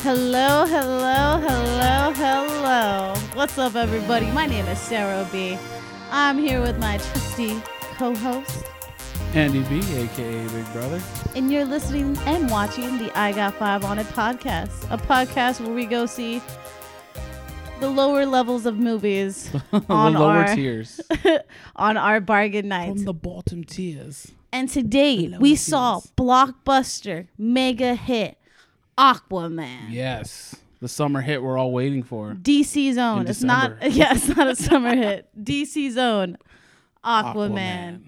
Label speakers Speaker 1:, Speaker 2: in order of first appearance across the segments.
Speaker 1: Hello, hello, hello, hello. What's up, everybody? My name is Sarah B. I'm here with my trusty co host,
Speaker 2: Andy B, aka Big Brother.
Speaker 1: and you're listening and watching the I Got Five on It podcast, a podcast where we go see the lower levels of movies on,
Speaker 2: the lower
Speaker 1: our,
Speaker 2: tiers.
Speaker 1: on our bargain nights.
Speaker 2: From the bottom tiers.
Speaker 1: And today
Speaker 2: Hello,
Speaker 1: we
Speaker 2: yes.
Speaker 1: saw blockbuster mega hit Aquaman.
Speaker 2: Yes. The summer hit we're all waiting for.
Speaker 1: DC's own.
Speaker 2: In
Speaker 1: It's not
Speaker 2: December.
Speaker 1: yeah, it's not a summer hit. DC's own Aquaman.
Speaker 2: Aquaman.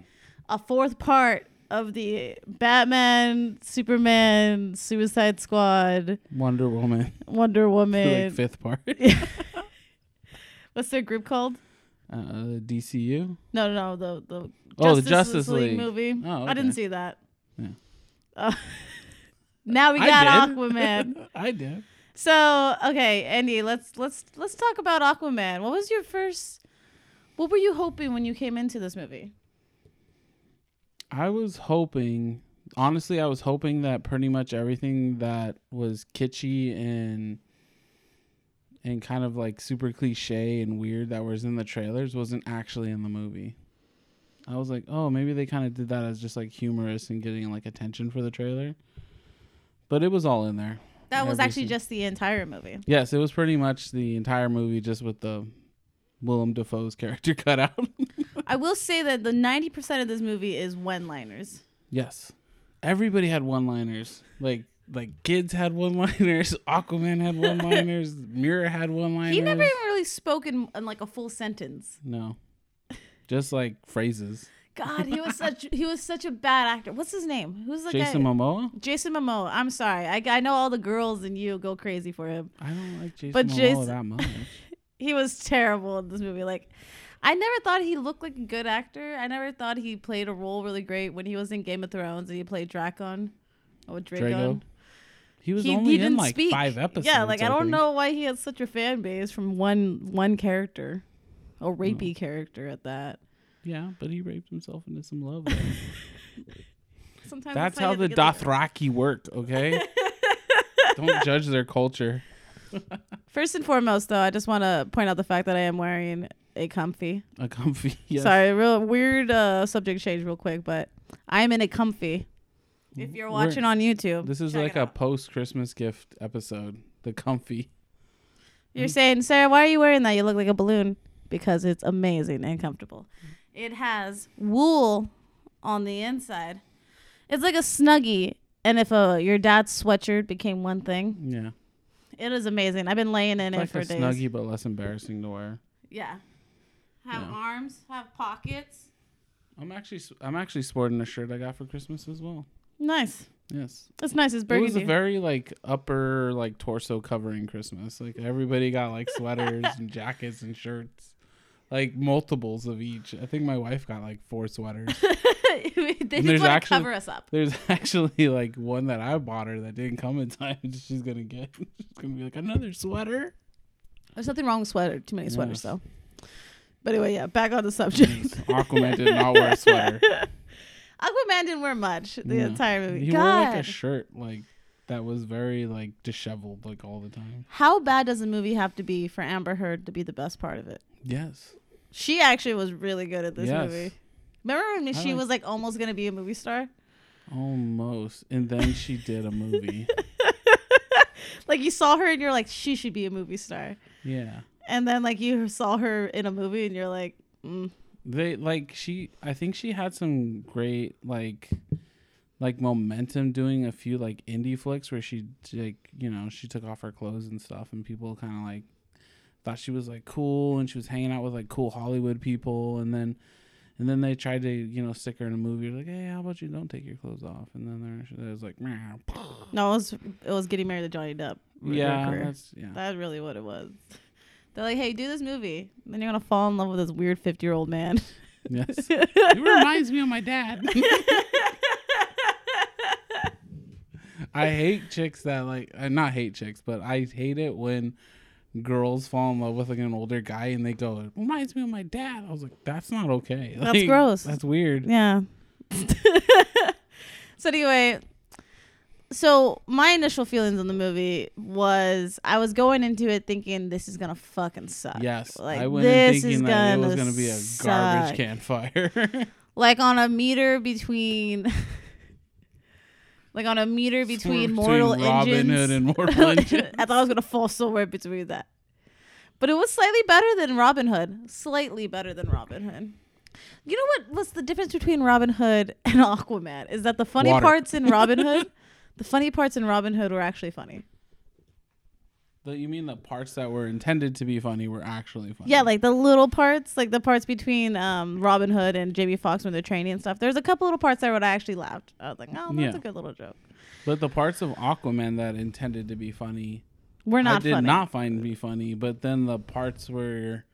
Speaker 1: A fourth part of the Batman, Superman, Suicide Squad,
Speaker 2: Wonder Woman.
Speaker 1: Wonder
Speaker 2: The
Speaker 1: Woman.
Speaker 2: like fifth part. uh,
Speaker 1: What's their group called?
Speaker 2: Uh, DCU.
Speaker 1: No, no, no, the the
Speaker 2: Oh, the Justice
Speaker 1: League,
Speaker 2: League.
Speaker 1: movie.
Speaker 2: Oh,
Speaker 1: I didn't
Speaker 2: okay.
Speaker 1: see that.
Speaker 2: Yeah.
Speaker 1: Uh, now we
Speaker 2: I
Speaker 1: got
Speaker 2: did.
Speaker 1: Aquaman.
Speaker 2: I did.
Speaker 1: So okay, Andy, let's let's let's talk about Aquaman. What was your first? What were you hoping when you came into this movie?
Speaker 2: I was hoping, honestly, I was hoping that pretty much everything that was kitschy and and kind of like super cliche and weird that was in the trailers wasn't actually in the movie. I was like, oh, maybe they kind of did that as just like humorous and getting like attention for the trailer. But it was all in there.
Speaker 1: That was
Speaker 2: Every
Speaker 1: actually
Speaker 2: scene.
Speaker 1: just the entire movie.
Speaker 2: Yes, it was pretty much the entire movie just with the Willem Dafoe's character cut out.
Speaker 1: I will say that the ninety percent of this movie is one-liners.
Speaker 2: Yes. Everybody had one liners. Like like kids had one liners, Aquaman had one liners, Mira had one liners.
Speaker 1: He never even really spoke in, in like a full sentence.
Speaker 2: No. Just like phrases.
Speaker 1: God, he was such he was such a bad actor. What's his name? Who's the
Speaker 2: Jason
Speaker 1: guy?
Speaker 2: Momoa?
Speaker 1: Jason Momoa. I'm sorry. I, I know all the girls and you go crazy for him.
Speaker 2: I don't like Jason
Speaker 1: But
Speaker 2: Momoa
Speaker 1: Jason-
Speaker 2: that much.
Speaker 1: he was terrible in this movie. Like, I never thought he looked like a good actor. I never thought he played a role really great when he was in Game of Thrones and he played Dracon or Dragon.
Speaker 2: Drago. He was
Speaker 1: He,
Speaker 2: only
Speaker 1: he
Speaker 2: in
Speaker 1: didn't
Speaker 2: like
Speaker 1: speak.
Speaker 2: five episodes.
Speaker 1: Yeah, like I, don't
Speaker 2: think.
Speaker 1: know why he had such a fan base from one one character, a
Speaker 2: Hmm.
Speaker 1: rapey character at that.
Speaker 2: Yeah, but he raped himself into some love.
Speaker 1: Sometimes
Speaker 2: That's
Speaker 1: it's hard
Speaker 2: how
Speaker 1: to
Speaker 2: the
Speaker 1: get the-
Speaker 2: Dothraki work, okay? don't judge their culture.
Speaker 1: First and foremost, though, I just want to point out the fact that I am wearing a comfy.
Speaker 2: A comfy yes.
Speaker 1: Sorry, real weird uh, subject change, real quick, but I am in a comfy. If you're
Speaker 2: We're-
Speaker 1: watching on YouTube,
Speaker 2: This is
Speaker 1: check
Speaker 2: like
Speaker 1: it
Speaker 2: a
Speaker 1: out.
Speaker 2: post Christmas gift episode. The comfy.
Speaker 1: You're saying, Sarah, why are you wearing that? You look like a balloon. Because it's amazing and comfortable. Mm. It has wool on the inside. It's like a snuggie. And if uh, your dad's sweatshirt became one thing,
Speaker 2: Yeah.
Speaker 1: it is amazing. I've been laying in it
Speaker 2: like
Speaker 1: for
Speaker 2: a
Speaker 1: days.
Speaker 2: snuggie, but less embarrassing to wear.
Speaker 1: Yeah. Have
Speaker 2: Yeah.
Speaker 1: arms, have pockets.
Speaker 2: I'm actually s- I'm actually sporting a shirt I got for Christmas as well.
Speaker 1: Nice.
Speaker 2: Yes,
Speaker 1: It's nice. It's
Speaker 2: it was
Speaker 1: burgundy.
Speaker 2: a very like upper like torso covering Christmas. Like everybody got like sweaters and jackets and shirts, like multiples of each. I think my wife got like four sweaters.
Speaker 1: they
Speaker 2: And
Speaker 1: just
Speaker 2: there's
Speaker 1: want to
Speaker 2: actually-
Speaker 1: cover us up.
Speaker 2: There's actually like one that I bought her that didn't come in time. She's gonna get. She's gonna be like another sweater.
Speaker 1: There's nothing wrong with sweater. Too many sweaters,
Speaker 2: Yes.
Speaker 1: though. But anyway, yeah, back on the subject.
Speaker 2: Aquaman did not wear a sweater.
Speaker 1: Aquaman didn't wear much the
Speaker 2: No.
Speaker 1: entire movie.
Speaker 2: He
Speaker 1: Oh, God.
Speaker 2: wore like a shirt like that was very like disheveled like all the time.
Speaker 1: How bad does a movie have to be for Amber Heard to be the best part of it?
Speaker 2: Yes.
Speaker 1: She actually was really good at this
Speaker 2: Yes.
Speaker 1: movie. Remember when
Speaker 2: I
Speaker 1: she
Speaker 2: like-
Speaker 1: was like almost gonna be a movie star?
Speaker 2: Almost. And then she did a movie.
Speaker 1: Like you saw her and you're like, she should be a movie star.
Speaker 2: yeah.
Speaker 1: And then like you saw her in a movie and you're like, mm.
Speaker 2: They like she I think she had some great like like momentum doing a few like indie flicks where she like, you know, she took off her clothes and stuff and people kind of like thought she was like cool and she was hanging out with like cool Hollywood people and then and then they tried to, you know, stick her in a movie like, "Hey, how about you don't take your clothes off?" And then there it was like, "Meow."
Speaker 1: no, it was it was getting married to Johnny Depp. with her
Speaker 2: "Yeah,
Speaker 1: career.
Speaker 2: that's yeah."
Speaker 1: that's really what it was. They're like, hey, do this movie, then you're gonna fall in love with this weird fifty year old man.
Speaker 2: Yes. it reminds me of my dad. I hate chicks that like uh, not hate chicks, but I hate it when girls fall in love with like an older guy and they go, "It reminds me of my dad." I was like, "That's not okay.
Speaker 1: That's
Speaker 2: Like,
Speaker 1: gross.
Speaker 2: That's weird."
Speaker 1: Yeah. so anyway, so my initial feelings on the movie was I was going into it thinking this is gonna fucking suck.
Speaker 2: Yes,
Speaker 1: like
Speaker 2: I went in
Speaker 1: this is
Speaker 2: thinking that it was
Speaker 1: gonna
Speaker 2: going to be a
Speaker 1: suck.
Speaker 2: garbage can fire.
Speaker 1: like on a meter between, like on a meter between Mortal Engines.
Speaker 2: Robin Hood and Mortal Engines.
Speaker 1: I thought I was gonna fall somewhere between that, but it was slightly better than Robin Hood. Slightly better than Robin Hood. You know what was the difference between Robin Hood and Aquaman? Is that the funny
Speaker 2: Water.
Speaker 1: parts in Robin Hood, the funny parts in Robin Hood were actually funny.
Speaker 2: The- you mean the parts that were intended to be funny were actually funny?
Speaker 1: Yeah, like the little parts, like the parts between um, Robin Hood and Jamie Foxx when they're training and stuff. There's a couple little parts there where I actually laughed. I was like, oh, that's
Speaker 2: Yeah.
Speaker 1: a good little joke.
Speaker 2: but the parts of Aquaman that intended to be funny,
Speaker 1: We're not
Speaker 2: I did
Speaker 1: funny.
Speaker 2: not find to be funny. But then the parts where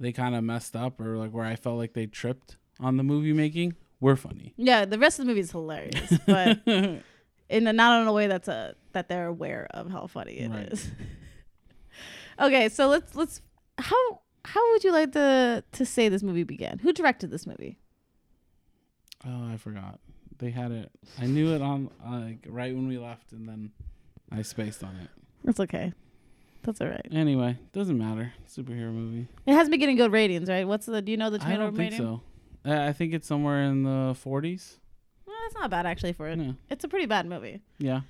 Speaker 2: they kind of messed up, or like where I felt like they tripped on the movie making, were funny. Oh,
Speaker 1: Yeah, the rest of the movie is hilarious, but in a, not in a way that's a that they're aware of how funny it is.
Speaker 2: Right.
Speaker 1: okay, so let's let's how how would you like to to say this movie began? Who directed this movie?
Speaker 2: Oh, I forgot. They had it. I knew it on like right when we left, and then I spaced on it.
Speaker 1: That's okay. That's all right.
Speaker 2: Anyway, doesn't matter. Superhero movie.
Speaker 1: It has been getting good ratings, right? What's the do you know the
Speaker 2: I
Speaker 1: tomato
Speaker 2: don't think
Speaker 1: rating?
Speaker 2: so. Uh, I think it's somewhere in the 40s.
Speaker 1: Well, that's not bad actually for it.
Speaker 2: Yeah.
Speaker 1: It's a pretty bad movie.
Speaker 2: Yeah.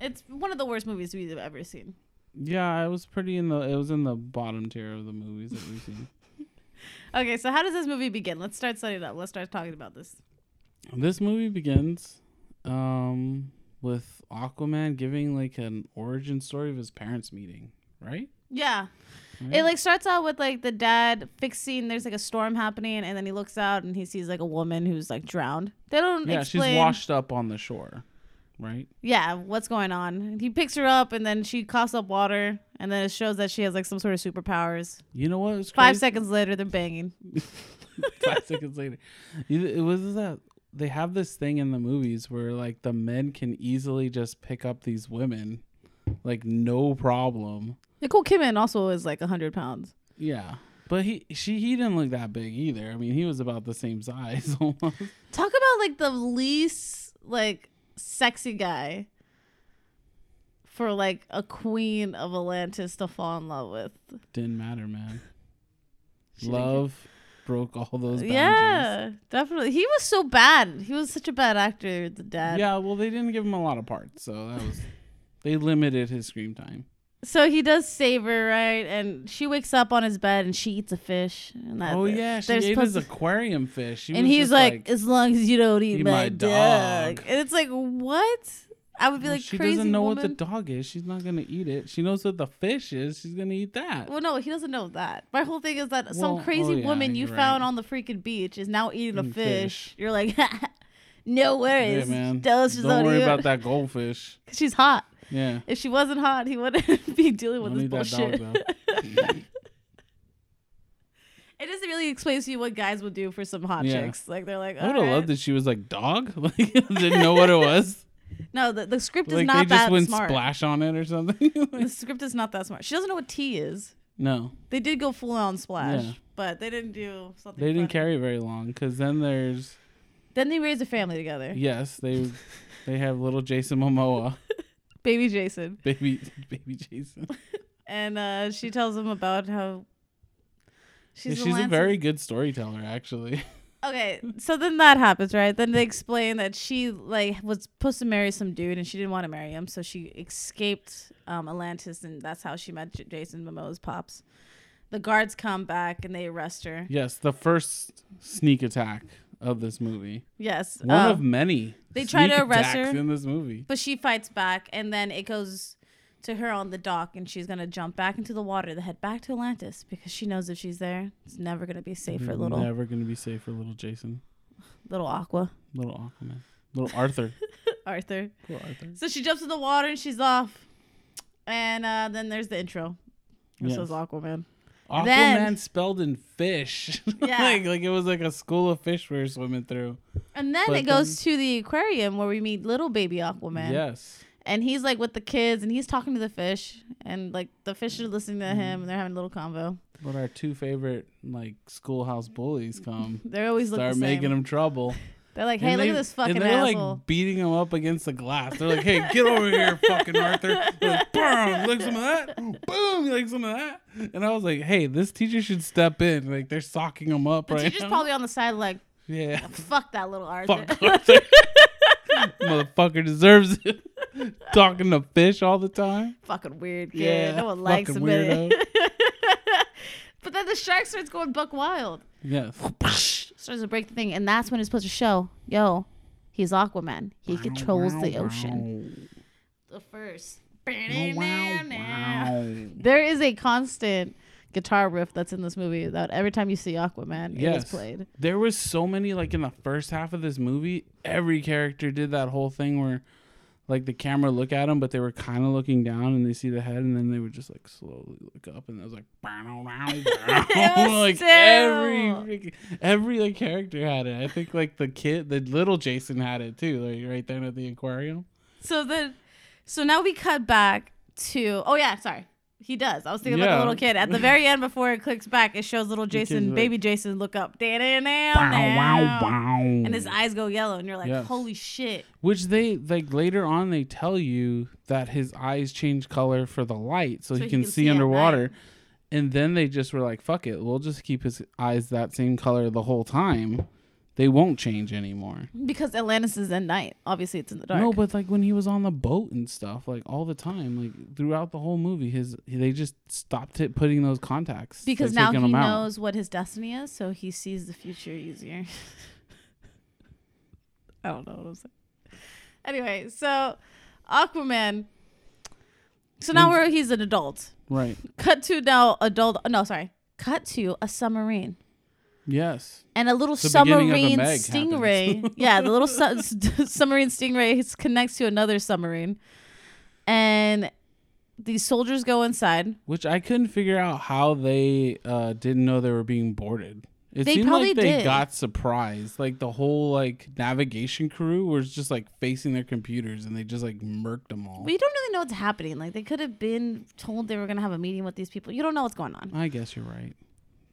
Speaker 1: It's one of the worst movies we've ever seen.
Speaker 2: Yeah, it was pretty in the. It was in the bottom tier of the movies that we've seen.
Speaker 1: Okay, so how does this movie begin? Let's start setting it up. Let's start talking about this.
Speaker 2: this movie begins um, with Aquaman giving like an origin story of his parents meeting, right?
Speaker 1: Yeah. It
Speaker 2: Right.
Speaker 1: like starts out with like the dad fixing there's like a storm happening and then he looks out and he sees like a woman who's like drowned. They don't
Speaker 2: yeah,
Speaker 1: explain
Speaker 2: she's washed up on the shore, right?
Speaker 1: Yeah, what's going on. He picks her up and then she coughs up water and then it shows that she has like some sort of superpowers.
Speaker 2: You know what? was
Speaker 1: Five
Speaker 2: crazy?
Speaker 1: seconds later they're banging.
Speaker 2: Five seconds later, You- it was that they have this thing in the movies where like the men can easily just pick up these women, like no problem.
Speaker 1: Nicole Kidman also is like hundred pounds.
Speaker 2: Yeah. But he she he didn't look that big either. I mean, he was about the same size almost.
Speaker 1: Talk about like the least like sexy guy for like a queen of Atlantis to fall in love with.
Speaker 2: Didn't matter, man.
Speaker 1: She didn't
Speaker 2: Love broke all those boundaries. Yeah.
Speaker 1: Yeah, definitely. He was so bad. He was such a bad actor, the dad.
Speaker 2: Yeah, well they didn't give him a lot of parts, so that was they limited his screen time.
Speaker 1: So he does save her, right? And she wakes up on his bed and she eats a fish. And that's
Speaker 2: oh
Speaker 1: it.
Speaker 2: yeah, she
Speaker 1: They're
Speaker 2: ate
Speaker 1: supposed
Speaker 2: his
Speaker 1: to-
Speaker 2: aquarium fish. She
Speaker 1: and
Speaker 2: was
Speaker 1: he's
Speaker 2: just
Speaker 1: like, as long as you don't eat
Speaker 2: "Eat
Speaker 1: my,
Speaker 2: my
Speaker 1: dog.
Speaker 2: dog.
Speaker 1: And it's like, what? I would be
Speaker 2: "Well,
Speaker 1: like,
Speaker 2: she
Speaker 1: crazy
Speaker 2: doesn't know
Speaker 1: woman.
Speaker 2: what the dog is. She's not gonna eat it. She knows what the fish is. She's gonna eat that.
Speaker 1: Well, no, he doesn't know that. My whole thing is that
Speaker 2: Well,
Speaker 1: some
Speaker 2: oh,
Speaker 1: crazy
Speaker 2: yeah,
Speaker 1: woman you
Speaker 2: you're
Speaker 1: found
Speaker 2: right.
Speaker 1: on the freaking beach is now eating a
Speaker 2: Mm,
Speaker 1: fish.
Speaker 2: fish.
Speaker 1: You're like, no
Speaker 2: Yeah,
Speaker 1: worries.
Speaker 2: man.
Speaker 1: Tell us she's
Speaker 2: Don't
Speaker 1: not
Speaker 2: worry
Speaker 1: eating-
Speaker 2: about that goldfish.
Speaker 1: 'Cause she's hot.
Speaker 2: Yeah.
Speaker 1: If she wasn't hot, he wouldn't be dealing with
Speaker 2: Don't
Speaker 1: this
Speaker 2: eat that dog
Speaker 1: bullshit.
Speaker 2: though.
Speaker 1: It just really explains to you what guys would do for some hot
Speaker 2: Yeah.
Speaker 1: chicks. Like they're like,
Speaker 2: I would have
Speaker 1: "Alright."
Speaker 2: loved that she was like dog, like didn't know what it was.
Speaker 1: No, the, the script is
Speaker 2: like
Speaker 1: not
Speaker 2: they just
Speaker 1: that
Speaker 2: wouldn't
Speaker 1: smart.
Speaker 2: splash on it or something. Like,
Speaker 1: The script is not that smart. She doesn't know what tea is.
Speaker 2: no,
Speaker 1: They did go full on splash,
Speaker 2: Yeah.
Speaker 1: but they didn't do something.
Speaker 2: they didn't
Speaker 1: funny.
Speaker 2: carry very long because then there's
Speaker 1: Then they raised a family together.
Speaker 2: yes, they they have little Jason Momoa,
Speaker 1: Baby Jason,
Speaker 2: baby baby Jason.
Speaker 1: and uh, she tells him about how
Speaker 2: Yeah,
Speaker 1: she's,
Speaker 2: She's,
Speaker 1: the
Speaker 2: a
Speaker 1: Lancer-
Speaker 2: very good storyteller, actually.
Speaker 1: Okay, so then that happens, right? Then they explain that she like was supposed to marry some dude, and she didn't want to marry him, so she escaped um, Atlantis, and that's how she met J- Jason Momoa's pops. The guards come back and they arrest her.
Speaker 2: yes, the first sneak attack of this movie,
Speaker 1: Yes,
Speaker 2: one
Speaker 1: um,
Speaker 2: of many.
Speaker 1: they try to
Speaker 2: sneak
Speaker 1: arrest
Speaker 2: attacks
Speaker 1: her.
Speaker 2: in this movie.
Speaker 1: but she fights back, and then it goes to her on the dock, and she's gonna jump back into the water to head back to Atlantis because she knows if she's there, it's never gonna be safe for little
Speaker 2: Mm, Never gonna be safe for little Jason,
Speaker 1: little Aqua
Speaker 2: little Aquaman, little Arthur,
Speaker 1: Arthur.
Speaker 2: little Arthur.
Speaker 1: So she jumps in the water and she's off. And uh, then there's the intro. This
Speaker 2: Yes.
Speaker 1: is Aquaman.
Speaker 2: Aquaman
Speaker 1: Then-
Speaker 2: spelled in fish.
Speaker 1: Yeah.
Speaker 2: like, like it was like a school of fish we were swimming through.
Speaker 1: And then
Speaker 2: But
Speaker 1: it goes to the aquarium where we meet little baby Aquaman.
Speaker 2: Yes.
Speaker 1: And he's like with the kids and he's talking to the fish. And like the fish are listening to him and they're having a little convo.
Speaker 2: But our two favorite like schoolhouse bullies come.
Speaker 1: They always look
Speaker 2: start
Speaker 1: the same.
Speaker 2: making them trouble.
Speaker 1: They're like, hey,
Speaker 2: And
Speaker 1: look
Speaker 2: they-
Speaker 1: at this fucking
Speaker 2: and they're
Speaker 1: asshole.
Speaker 2: like beating him up against the glass. They're like, hey, get over here, fucking Arthur. They're Like, Boom, like some of that. Boom, you like some of that. And I was like, hey, this teacher should step in. Like they're socking him up
Speaker 1: the
Speaker 2: right
Speaker 1: teacher's
Speaker 2: now.
Speaker 1: probably on the side like,
Speaker 2: yeah,
Speaker 1: fuck that little Arthur.
Speaker 2: fuck Arthur. Motherfucker deserves it. Talking to fish all the time.
Speaker 1: fucking weird kid.
Speaker 2: Yeah,
Speaker 1: no one likes
Speaker 2: fucking
Speaker 1: him.
Speaker 2: weirdo.
Speaker 1: but then the shark starts going buck wild.
Speaker 2: Yes.
Speaker 1: Starts to break the thing, and that's when it's supposed to show, yo, he's Aquaman. He controls the ocean. The first. There is a constant guitar riff that's in this movie that every time you see Aquaman, it
Speaker 2: Yes.
Speaker 1: is played.
Speaker 2: There was so many like in the first half of this movie, every character did that whole thing where like the camera look at them, but they were kind of looking down and they see the head, and then they would just like slowly look up, and it was like, like
Speaker 1: terrible.
Speaker 2: every freaking- every like character had it. I think like the kid, the little Jason had it too, like right there at the aquarium.
Speaker 1: So then, so now we cut back to. Oh yeah, sorry. He does. I was thinking about
Speaker 2: Yeah.
Speaker 1: the little kid. At the very end, before it clicks back, it shows little
Speaker 2: kid's
Speaker 1: Jason,
Speaker 2: like-
Speaker 1: baby Jason, look up.
Speaker 2: Wow, wow,
Speaker 1: And
Speaker 2: wow.
Speaker 1: his eyes go yellow, and you're like,
Speaker 2: Yes.
Speaker 1: holy shit.
Speaker 2: Which they like later on they tell you that his eyes change color for the light so, he can, see,
Speaker 1: at night.
Speaker 2: underwater. And then they just were like, fuck it, we'll just keep his eyes that same color the whole time. They won't change anymore.
Speaker 1: Because Atlantis is at night. Obviously, it's in the dark.
Speaker 2: No, but like when he was on the boat and stuff, like all the time, like throughout the whole movie, his they just stopped it putting those contacts.
Speaker 1: because
Speaker 2: They're
Speaker 1: now
Speaker 2: taking
Speaker 1: he
Speaker 2: them out.
Speaker 1: knows what his destiny is, so he sees the future easier. I don't know what I'm saying. Anyway, so Aquaman. So now
Speaker 2: And-
Speaker 1: we're he's an adult.
Speaker 2: Right.
Speaker 1: Cut to now adult. oh, No, sorry. Cut to a submarine
Speaker 2: Yes.
Speaker 1: and a little
Speaker 2: The beginning of a
Speaker 1: submarine
Speaker 2: Meg
Speaker 1: stingray. yeah, the little su- submarine stingray s- connects to another submarine, and these soldiers go inside.
Speaker 2: Which I couldn't figure out how they uh, didn't know they were being boarded. It
Speaker 1: They
Speaker 2: seemed
Speaker 1: probably
Speaker 2: like they
Speaker 1: did.
Speaker 2: got surprised. Like the whole like navigation crew was just like facing their computers and they just like murked them all.
Speaker 1: Well, you don't really know what's happening. Like they could have been told they were gonna have a meeting with these people. You don't know what's going on.
Speaker 2: I guess you're right.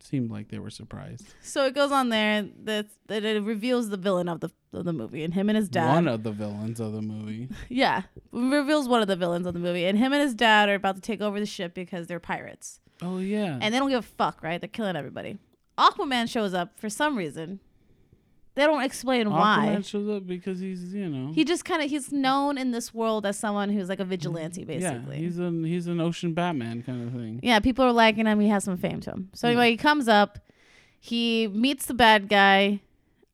Speaker 2: Seemed like they were surprised.
Speaker 1: So it goes on there that that it reveals the villain of the of the movie and him and his dad.
Speaker 2: One of the villains of the movie.
Speaker 1: Yeah, reveals one of the villains of the movie and him and his dad are about to take over the ship because they're pirates
Speaker 2: Oh yeah.
Speaker 1: and they don't give a fuck, right? They're killing everybody. Aquaman shows up for some reason. They don't explain why.
Speaker 2: Aquaman shows up because he's you know
Speaker 1: He just kind of he's known in this world as someone who's like a vigilante, basically.
Speaker 2: yeah he's an he's an ocean Batman kind of thing.
Speaker 1: Yeah, people are liking him. He has some fame to him. So anyway, he comes up, he meets the bad guy,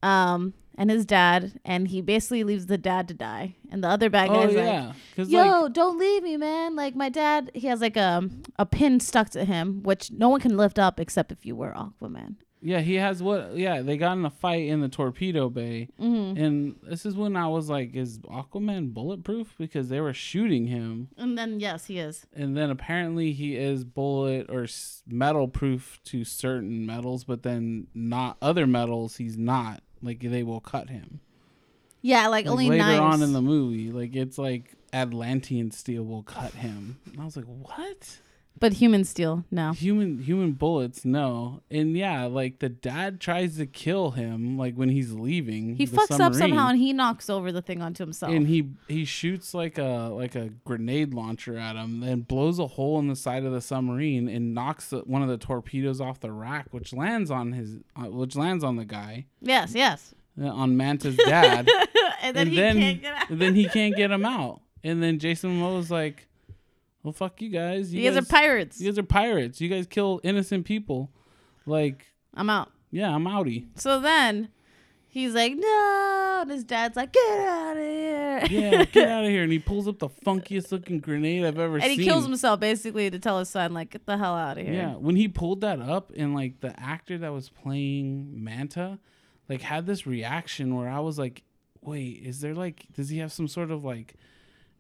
Speaker 1: um, and his dad, and he basically leaves the dad to die. And the other bad guy
Speaker 2: Oh
Speaker 1: is
Speaker 2: yeah,
Speaker 1: like,
Speaker 2: because
Speaker 1: "Yo, don't leave me, man! Like my dad, he has like a a pin stuck to him, which no one can lift up except if you were Aquaman."
Speaker 2: Yeah, he has what? Yeah, they got in a fight in the torpedo bay,
Speaker 1: Mm-hmm.
Speaker 2: and this is when I was like, "Is Aquaman bulletproof?" Because they were shooting him,
Speaker 1: And then yes, he is.
Speaker 2: and then apparently he is bullet or s- metal proof to certain metals, but then not other metals. He's not like they will cut him.
Speaker 1: Yeah, like,
Speaker 2: Like,
Speaker 1: only
Speaker 2: later
Speaker 1: knives.
Speaker 2: on in the movie, like it's like Atlantean steel will cut him, and I was like, "What?"
Speaker 1: but human steel, no.
Speaker 2: human human bullets no and yeah like the dad tries to kill him like when he's leaving
Speaker 1: He
Speaker 2: the
Speaker 1: fucks up
Speaker 2: submarine,
Speaker 1: somehow and he knocks over the thing onto himself.
Speaker 2: and he he shoots like a like a grenade launcher at him then blows a hole in the side of the submarine and knocks the, one of the torpedoes off the rack which lands on his uh, which lands on the guy
Speaker 1: yes, yes.
Speaker 2: uh, on Manta's dad
Speaker 1: and then
Speaker 2: and
Speaker 1: he
Speaker 2: then
Speaker 1: can't get out.
Speaker 2: and then he can't get him out and then Jason Momoa's like well fuck you guys you
Speaker 1: You guys are pirates.
Speaker 2: you guys are pirates you guys kill innocent people like
Speaker 1: I'm out.
Speaker 2: Yeah, I'm outie.
Speaker 1: So then he's like, no. And his dad's like, get out of here.
Speaker 2: Yeah, get out of here. And he pulls up the funkiest looking grenade I've ever
Speaker 1: and
Speaker 2: seen.
Speaker 1: he kills himself basically to tell his son, like, get the hell out of here.
Speaker 2: Yeah, when he pulled that up and like the actor that was playing Manta, like had this reaction where I was like, wait, is there like, does he have some sort of like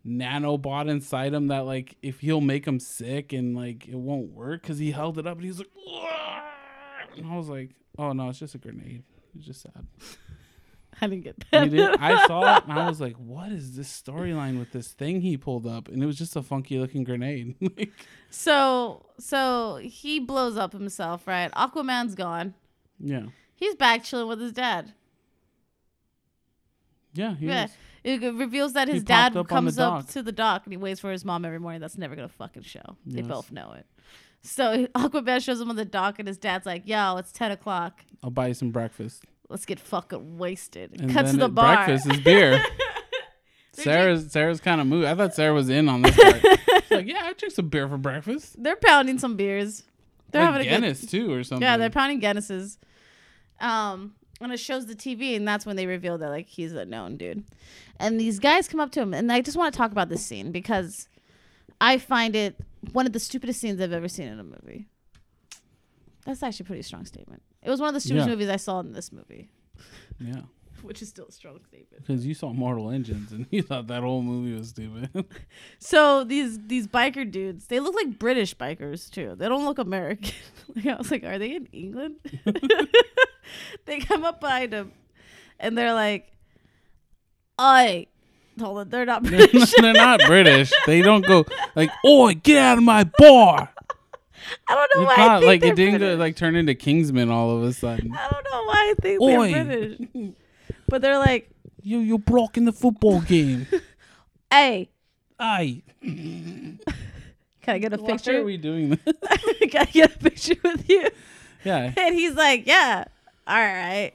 Speaker 2: nanobot inside him that like if he'll make him sick and like it won't work? Because he held it up and he's like, "Wah!" and I was like, oh no, it's just a grenade. It's just sad.
Speaker 1: I didn't get
Speaker 2: You
Speaker 1: that.
Speaker 2: did? I saw it and I was like, what is this storyline with this thing he pulled up? And it was just a funky looking grenade. like,
Speaker 1: So, so he blows up himself, right? Aquaman's gone.
Speaker 2: yeah.
Speaker 1: He's back chilling with his dad.
Speaker 2: Yeah, he
Speaker 1: Yeah.
Speaker 2: was.
Speaker 1: It g- reveals that
Speaker 2: He
Speaker 1: his
Speaker 2: popped
Speaker 1: dad
Speaker 2: up on the
Speaker 1: comes up
Speaker 2: dock.
Speaker 1: to the dock and he waits for his mom every morning. That's never gonna fucking show. They
Speaker 2: Yes.
Speaker 1: both know it. So Aquaman shows him on the dock and his dad's like, "Yo, it's ten o'clock.
Speaker 2: I'll buy you some breakfast.
Speaker 1: Let's get fucking wasted."
Speaker 2: And
Speaker 1: Cuts to
Speaker 2: then
Speaker 1: the
Speaker 2: at
Speaker 1: bar.
Speaker 2: breakfast is beer. Sarah's Sarah's kind of moved. I thought Sarah was in on this. Part. She's like, yeah, I drink some beer for breakfast.
Speaker 1: They're pounding some beers. They're
Speaker 2: Like
Speaker 1: having a good
Speaker 2: Guinness too, or something.
Speaker 1: Yeah, they're pounding Guinnesses. Um, and it shows the TV, and that's when they reveal that like he's a known dude. And these guys come up to him, and I just want to talk about this scene because I find it one of the stupidest scenes I've ever seen in a movie. That's actually a pretty strong statement. It was one of the stupidest
Speaker 2: Yeah.
Speaker 1: movies I saw in this movie,
Speaker 2: yeah,
Speaker 1: which is still a strong statement.
Speaker 2: because you saw Mortal Engines and you thought that whole movie was stupid.
Speaker 1: So these these biker dudes, they look like British bikers too. They don't look American. like I was like, are they in England? they come up behind him, and they're like, "I." Hold on, they're not
Speaker 2: they're,
Speaker 1: British.
Speaker 2: not, they're not British. They don't go like, "Oi, get out of my bar."
Speaker 1: I don't know
Speaker 2: It's
Speaker 1: why Oh, I
Speaker 2: not
Speaker 1: think
Speaker 2: like
Speaker 1: they're
Speaker 2: it didn't go,
Speaker 1: British.
Speaker 2: like turn into Kingsman all of a sudden.
Speaker 1: I don't know why I think
Speaker 2: Oi.
Speaker 1: they're British. But they're like,
Speaker 2: You you're blocking the football game.
Speaker 1: "Hey,
Speaker 2: Aye.
Speaker 1: can I get a
Speaker 2: Why
Speaker 1: picture?
Speaker 2: are we doing this?
Speaker 1: can I get a picture with you?"
Speaker 2: Yeah.
Speaker 1: And he's like, "Yeah, all right."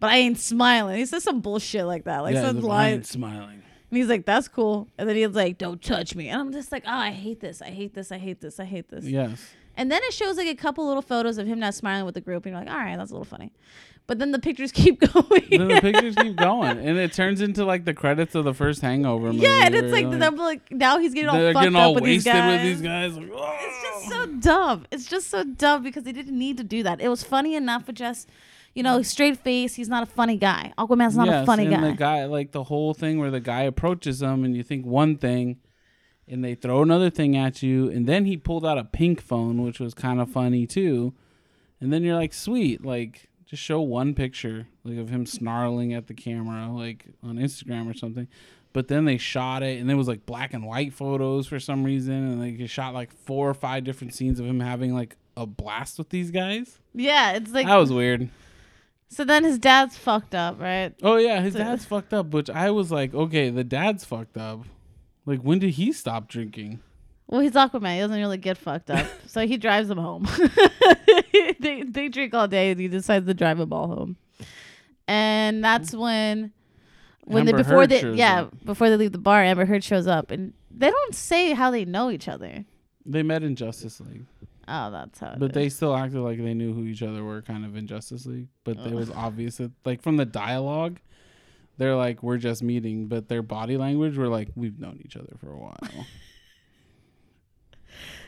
Speaker 1: But I ain't smiling. He says some bullshit like that, like
Speaker 2: yeah,
Speaker 1: some
Speaker 2: the
Speaker 1: line.
Speaker 2: lion smiling.
Speaker 1: And he's like, "That's cool." And then he's like, "Don't touch me." And I'm just like, "Oh, I hate this. I hate this. I hate this. I hate this."
Speaker 2: Yes.
Speaker 1: And then it shows like a couple little photos of him not smiling with the group, and you're like, "All right, that's a little funny." But then the pictures keep going.
Speaker 2: then the pictures keep going, and it turns into like the credits of the first Hangover movie.
Speaker 1: yeah, and
Speaker 2: where
Speaker 1: it's like,
Speaker 2: you're
Speaker 1: I'm like now he's getting all
Speaker 2: they're
Speaker 1: fucked
Speaker 2: getting
Speaker 1: up
Speaker 2: all
Speaker 1: with, these
Speaker 2: wasted
Speaker 1: guys.
Speaker 2: with these guys. Like,
Speaker 1: It's just so dumb. It's just so dumb because they didn't need to do that. It was funny enough with just, you know, straight face. He's not a funny guy. Aquaman's not
Speaker 2: yes,
Speaker 1: a funny
Speaker 2: and
Speaker 1: guy.
Speaker 2: the guy, like the whole thing where the guy approaches them, and you think one thing, and they throw another thing at you, and then he pulled out a pink phone, which was kind of funny too, and then you're like, sweet, like just show one picture like of him snarling at the camera, like on Instagram or something. But then they shot it, and it was like black and white photos for some reason, and like they shot like four or five different scenes of him having like a blast with these guys.
Speaker 1: yeah, it's like
Speaker 2: That was weird.
Speaker 1: so. Then his dad's fucked up, right?
Speaker 2: Oh yeah, his
Speaker 1: So-
Speaker 2: dad's fucked up, which I was like, okay, the dad's fucked up. Like when did he stop drinking?
Speaker 1: Well, he's Aquaman. He doesn't really get fucked up, so he drives them home. they they drink all day, and he decides to drive them all home. And that's when, when they
Speaker 2: Amber
Speaker 1: before
Speaker 2: Heard
Speaker 1: they
Speaker 2: shows
Speaker 1: yeah
Speaker 2: up.
Speaker 1: before they leave the bar, Amber Heard shows up, and they don't say how they know each other.
Speaker 2: They met in Justice League,
Speaker 1: Oh, that's how. it
Speaker 2: but they
Speaker 1: is.
Speaker 2: still acted like they knew who each other were kind of in Justice League, but it
Speaker 1: Ugh.
Speaker 2: was obvious that like from the dialogue they're like we're just meeting, but their body language were like we've known each other for a while.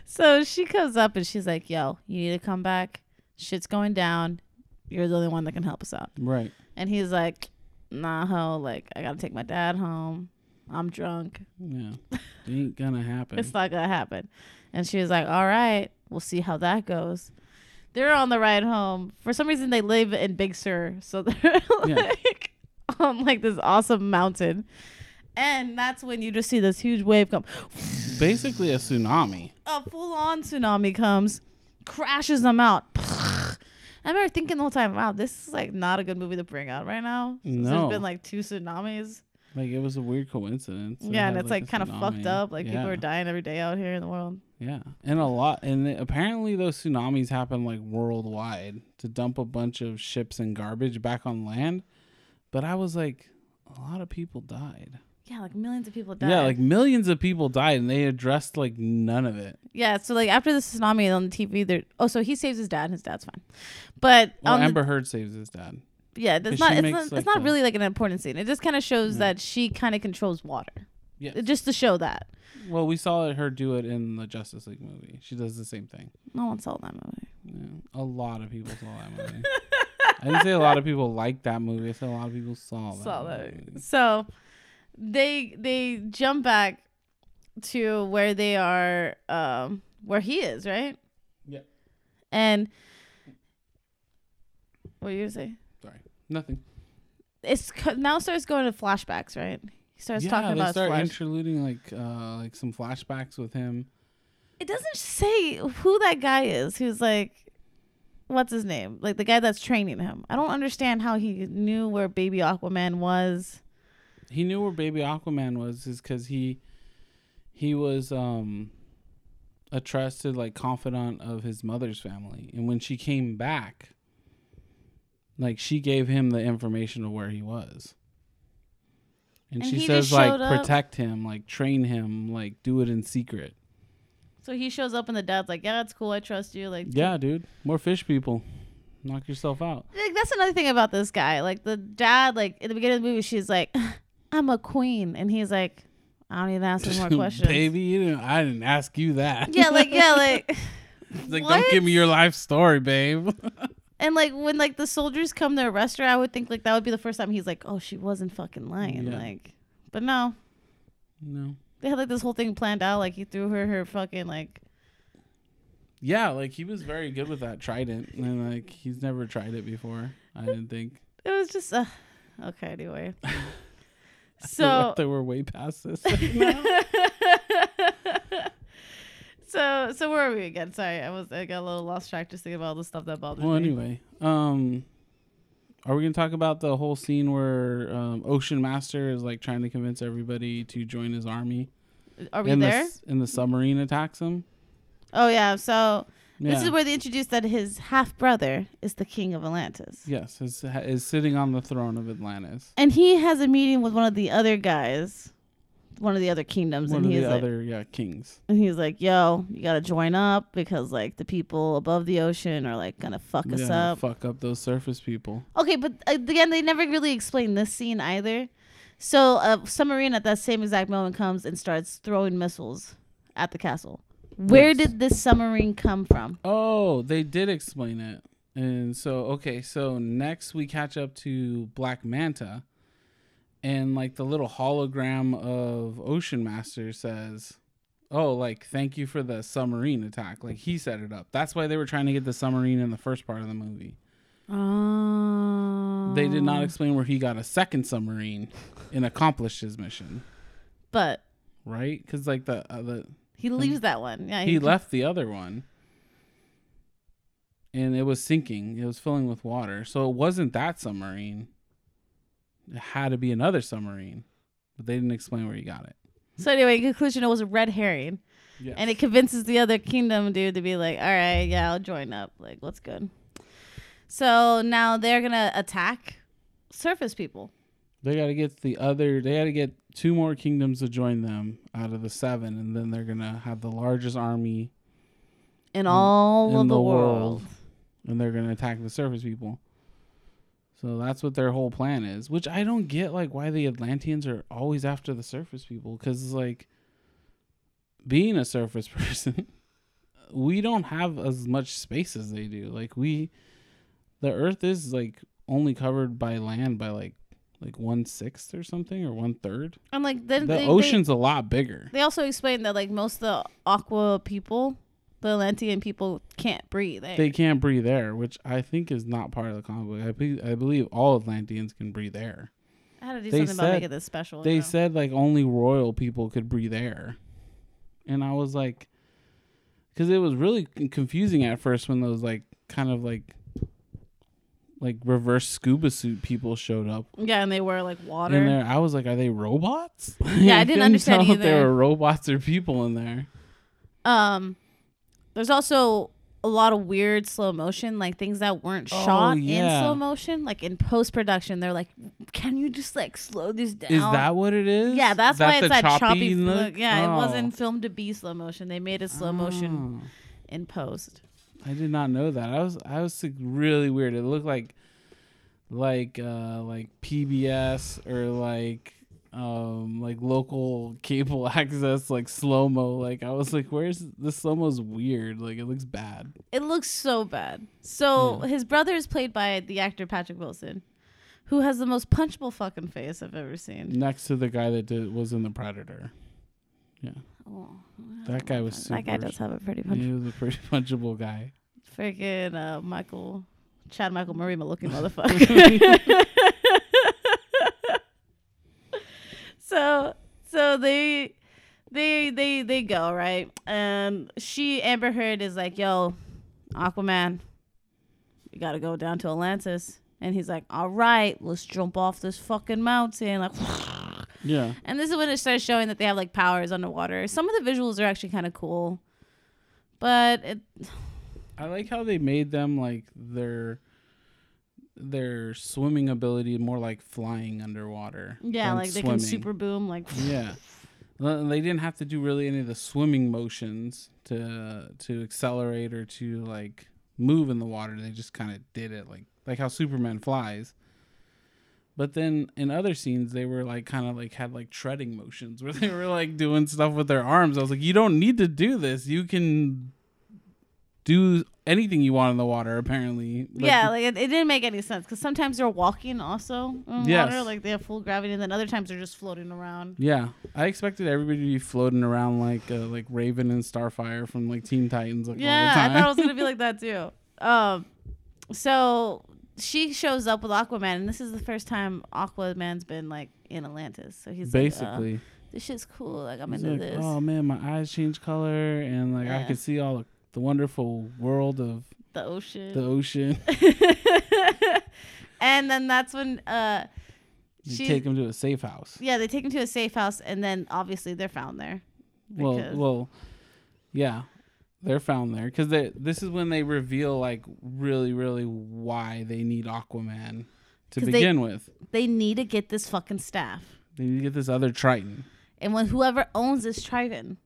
Speaker 1: so she comes up and she's like, "Yo, you need to come back. Shit's going down. You're the only one that can help us out."
Speaker 2: right.
Speaker 1: And he's like, "Nah, ho. Like I gotta take my dad home. I'm drunk.
Speaker 2: Yeah. It ain't gonna happen.
Speaker 1: It's not gonna happen. And she was like, All right, we'll see how that goes. They're on the ride home. For some reason they live in Big Sur, so they're
Speaker 2: Yeah.
Speaker 1: like on like this awesome mountain. And that's when you just see this huge wave come.
Speaker 2: Basically a tsunami.
Speaker 1: A full on tsunami comes, crashes them out. I remember thinking the whole time, wow, this is like not a good movie to bring out right now. since
Speaker 2: No.
Speaker 1: There's been like two tsunamis.
Speaker 2: Like it was a weird coincidence. It
Speaker 1: yeah, and
Speaker 2: had,
Speaker 1: it's like,
Speaker 2: a
Speaker 1: kind of
Speaker 2: tsunami.
Speaker 1: fucked up. Like people
Speaker 2: Yeah.
Speaker 1: are dying every day out here in the world.
Speaker 2: Yeah, and a lot, and the- apparently those tsunamis happen like worldwide to dump a bunch of ships and garbage back on land. But I was like, a lot of people died.
Speaker 1: Yeah, like millions of people died.
Speaker 2: Yeah, like millions of people died, and they addressed like none of it.
Speaker 1: Yeah, so like after the tsunami on the TV, there. Oh, so he saves his dad, and his dad's fine. But
Speaker 2: Well,
Speaker 1: on the-
Speaker 2: Amber Heard saves his dad.
Speaker 1: yeah, that's
Speaker 2: 'cause
Speaker 1: not.
Speaker 2: she
Speaker 1: It's
Speaker 2: makes,
Speaker 1: not,
Speaker 2: like,
Speaker 1: it's not
Speaker 2: the-
Speaker 1: really like an important scene. It just kind of shows that she kind of controls water,
Speaker 2: Yeah.
Speaker 1: just to show that.
Speaker 2: Well, we saw her do it in the Justice League movie. She does the same thing.
Speaker 1: No one saw that movie.
Speaker 2: Yeah. A lot of people saw that movie. I didn't say a lot of people liked that movie. I said a lot of people saw that.
Speaker 1: saw that.
Speaker 2: movie.
Speaker 1: So they they jump back to where they are, um, where he is, right?
Speaker 2: Yeah.
Speaker 1: And what were you gonna say?
Speaker 2: Sorry, nothing.
Speaker 1: It's co- now starts going to flashbacks, right? He starts talking
Speaker 2: they
Speaker 1: about
Speaker 2: start
Speaker 1: flash-
Speaker 2: interluding like uh like some flashbacks with him.
Speaker 1: it doesn't say who that guy is who's like what's his name like the guy that's training him i don't understand how he knew where baby aquaman was
Speaker 2: He knew where Baby Aquaman was, is because he he was um a trusted like confidant of his mother's family, and when she came back, like she gave him the information of where he was. And,
Speaker 1: And
Speaker 2: she
Speaker 1: he
Speaker 2: says
Speaker 1: just
Speaker 2: like
Speaker 1: showed up.
Speaker 2: protect him, like train him, like do it in secret.
Speaker 1: So he shows up and the dad's like, "Yeah, it's cool. I trust you." Like,
Speaker 2: Yeah, dude. More fish people. Knock yourself out.
Speaker 1: like that's another thing about this guy. Like the dad, like in the beginning of the movie, she's like, "I'm a queen," and he's like, "I don't even ask any more questions."
Speaker 2: Baby, you didn't, I didn't ask you that.
Speaker 1: Yeah, like yeah, like
Speaker 2: It's like
Speaker 1: what?
Speaker 2: don't give me your life story, babe.
Speaker 1: and like when like the soldiers come to arrest her, I would think like that would be the first time he's like, "Oh, she wasn't fucking lying."
Speaker 2: Yeah.
Speaker 1: Like, but no,
Speaker 2: no.
Speaker 1: they had like this whole thing planned out. Like he threw her her fucking like
Speaker 2: Yeah, like he was very good with that trident, and like he's never tried it before. I didn't think.
Speaker 1: it was just uh, okay anyway.
Speaker 2: So
Speaker 1: So
Speaker 2: they were way past this.
Speaker 1: so so where are we again? Sorry, I was I got a little lost track just thinking about all the stuff that bothered
Speaker 2: well,
Speaker 1: me.
Speaker 2: anyway, um, are we gonna talk about the whole scene where um, Ocean Master is like trying to convince everybody to join his army,
Speaker 1: Are we
Speaker 2: and the
Speaker 1: there?
Speaker 2: s- and the submarine attacks him?
Speaker 1: oh yeah. So
Speaker 2: Yeah.
Speaker 1: this is where they introduced that his half brother is the king of Atlantis.
Speaker 2: yes, is is sitting on the throne of Atlantis.
Speaker 1: And he has a meeting with one of the other guys, one of the other kingdoms,
Speaker 2: One
Speaker 1: and
Speaker 2: of
Speaker 1: he's
Speaker 2: the
Speaker 1: like,
Speaker 2: other yeah kings.
Speaker 1: and he's like, "Yo, you gotta join up because like the people above the ocean are like gonna fuck us
Speaker 2: Yeah,
Speaker 1: up."
Speaker 2: fuck up those surface people.
Speaker 1: Okay, but uh, again, they never really explain this scene either. So a submarine at that same exact moment comes and starts throwing missiles at the castle. Where
Speaker 2: Yes.
Speaker 1: did this submarine come from?
Speaker 2: Oh, they did explain it. And so, okay, so next we catch up to Black Manta. And like the little hologram of Ocean Master says, Oh, like, thank you for the submarine attack. Like, he set it up. That's why they were trying to get the submarine in the first part of the movie.
Speaker 1: Oh.
Speaker 2: They did not explain where he got a second submarine and accomplished his mission,
Speaker 1: But
Speaker 2: right? Because, like, the, uh, the
Speaker 1: he leaves that one. Yeah,
Speaker 2: he left the other one and it was sinking it was filling with water so it wasn't that submarine it had to be another submarine but they didn't explain where he got it
Speaker 1: So anyway, in conclusion, it was a red herring,
Speaker 2: yes.
Speaker 1: and it convinces the other kingdom dude to be like, "All right, yeah, I'll join up. Like, what's good?" So now they're gonna attack surface people.
Speaker 2: they got to get the other they got to get two more kingdoms to join them out of the seven and then they're gonna have the largest army
Speaker 1: In all
Speaker 2: in
Speaker 1: of the,
Speaker 2: the
Speaker 1: world.
Speaker 2: world. and they're gonna attack the surface people so that's what their whole plan is which i don't get like why the atlanteans are always after the surface people because like being a surface person we don't have as much space as they do like we the earth is like only covered by land by like like one sixth or something or one third
Speaker 1: And like then
Speaker 2: the
Speaker 1: they,
Speaker 2: ocean's a lot bigger
Speaker 1: They, they also explained that like most of the aqua people, the Atlantean people, can't breathe. eh?
Speaker 2: they can't breathe air which i think is not part of the comic book i, be- I believe all atlanteans can breathe air
Speaker 1: I had to do
Speaker 2: they
Speaker 1: something about
Speaker 2: said-
Speaker 1: making this special.
Speaker 2: they
Speaker 1: you know?
Speaker 2: said like only royal people could breathe air and i was like because it was really c- confusing at first when those like kind of like like reverse scuba suit people showed up
Speaker 1: yeah, and they were like water.
Speaker 2: in there i was like are they robots
Speaker 1: Yeah, I didn't
Speaker 2: couldn't
Speaker 1: understand
Speaker 2: tell if they
Speaker 1: either.
Speaker 2: were robots or people in there
Speaker 1: Um, there's also a lot of weird slow motion, like things that weren't
Speaker 2: Oh,
Speaker 1: shot in
Speaker 2: yeah.
Speaker 1: slow motion, like in post production. They're like, can you just like slow this down?
Speaker 2: is that what it is
Speaker 1: Oh. yeah, that's
Speaker 2: That
Speaker 1: why it's
Speaker 2: the
Speaker 1: that choppy
Speaker 2: look?
Speaker 1: look. Yeah,
Speaker 2: Oh.
Speaker 1: it wasn't filmed to be slow motion. They made it slow motion
Speaker 2: Oh.
Speaker 1: in post.
Speaker 2: I did not know that. I was I was like, really weird. It looked like like uh like PBS or like um like local cable access like slow mo. Like I was like, where's the slow mo's weird? Like it looks bad.
Speaker 1: It looks so bad.
Speaker 2: Hmm.
Speaker 1: So his brother is played by the actor Patrick Wilson, who has the most punchable fucking face I've ever seen.
Speaker 2: Next to the guy that did, was in the Predator.
Speaker 1: Oh,
Speaker 2: That guy was super.
Speaker 1: that guy does have a pretty punchable
Speaker 2: He was a pretty punchable guy.
Speaker 1: freaking uh, Michael, Chad Michael Murray looking motherfucker. so so they they they they go right, and she Amber Heard is like, "Yo, Aquaman, we gotta go down to Atlantis," and he's like, "All right, let's jump off this fucking mountain." Like.
Speaker 2: Yeah.
Speaker 1: And this is when it starts showing that they have like powers underwater. Some of the visuals are actually kind of cool, but it,
Speaker 2: I like how they made them like their their swimming ability more like flying underwater.
Speaker 1: yeah,
Speaker 2: than
Speaker 1: like they
Speaker 2: swimming.
Speaker 1: can super boom, like
Speaker 2: Yeah. Well, They didn't have to do really any of the swimming motions to to accelerate or to like move in the water. They just kind of did it like like how Superman flies. But then in other scenes they were like kind of like had like treading motions where they were like doing stuff with their arms. I was like you don't need to do this. You can do anything you want in the water apparently. Like,
Speaker 1: yeah, like it, it didn't make any sense because sometimes they're walking also in water,
Speaker 2: Yes.
Speaker 1: like they have full gravity, and then other times they're just floating around.
Speaker 2: Yeah, I expected everybody to be floating around like uh, like Raven and Starfire from like Teen Titans. Like, all the
Speaker 1: Yeah, I
Speaker 2: time.
Speaker 1: thought it was gonna be like that too. Um, so she shows up with Aquaman, and this is the first time Aquaman's been like in Atlantis. So he's like, uh,
Speaker 2: basically.
Speaker 1: this shit's cool. Like I'm
Speaker 2: He's
Speaker 1: into
Speaker 2: like,
Speaker 1: this.
Speaker 2: oh man, my eyes change color, and like I
Speaker 1: Yeah.
Speaker 2: could see all the, the wonderful world of
Speaker 1: the ocean.
Speaker 2: the ocean.
Speaker 1: and then that's when uh,
Speaker 2: you
Speaker 1: She-
Speaker 2: take him to a safe house.
Speaker 1: yeah, they take him to a safe house, and then obviously they're found there.
Speaker 2: Well,
Speaker 1: because-
Speaker 2: well, yeah, they're found there because they. This is when they reveal like really, really why they need Aquaman to
Speaker 1: 'Cause they-
Speaker 2: begin with.
Speaker 1: They need to get this fucking staff,
Speaker 2: They need to get this other Triton.
Speaker 1: and when whoever owns this Triton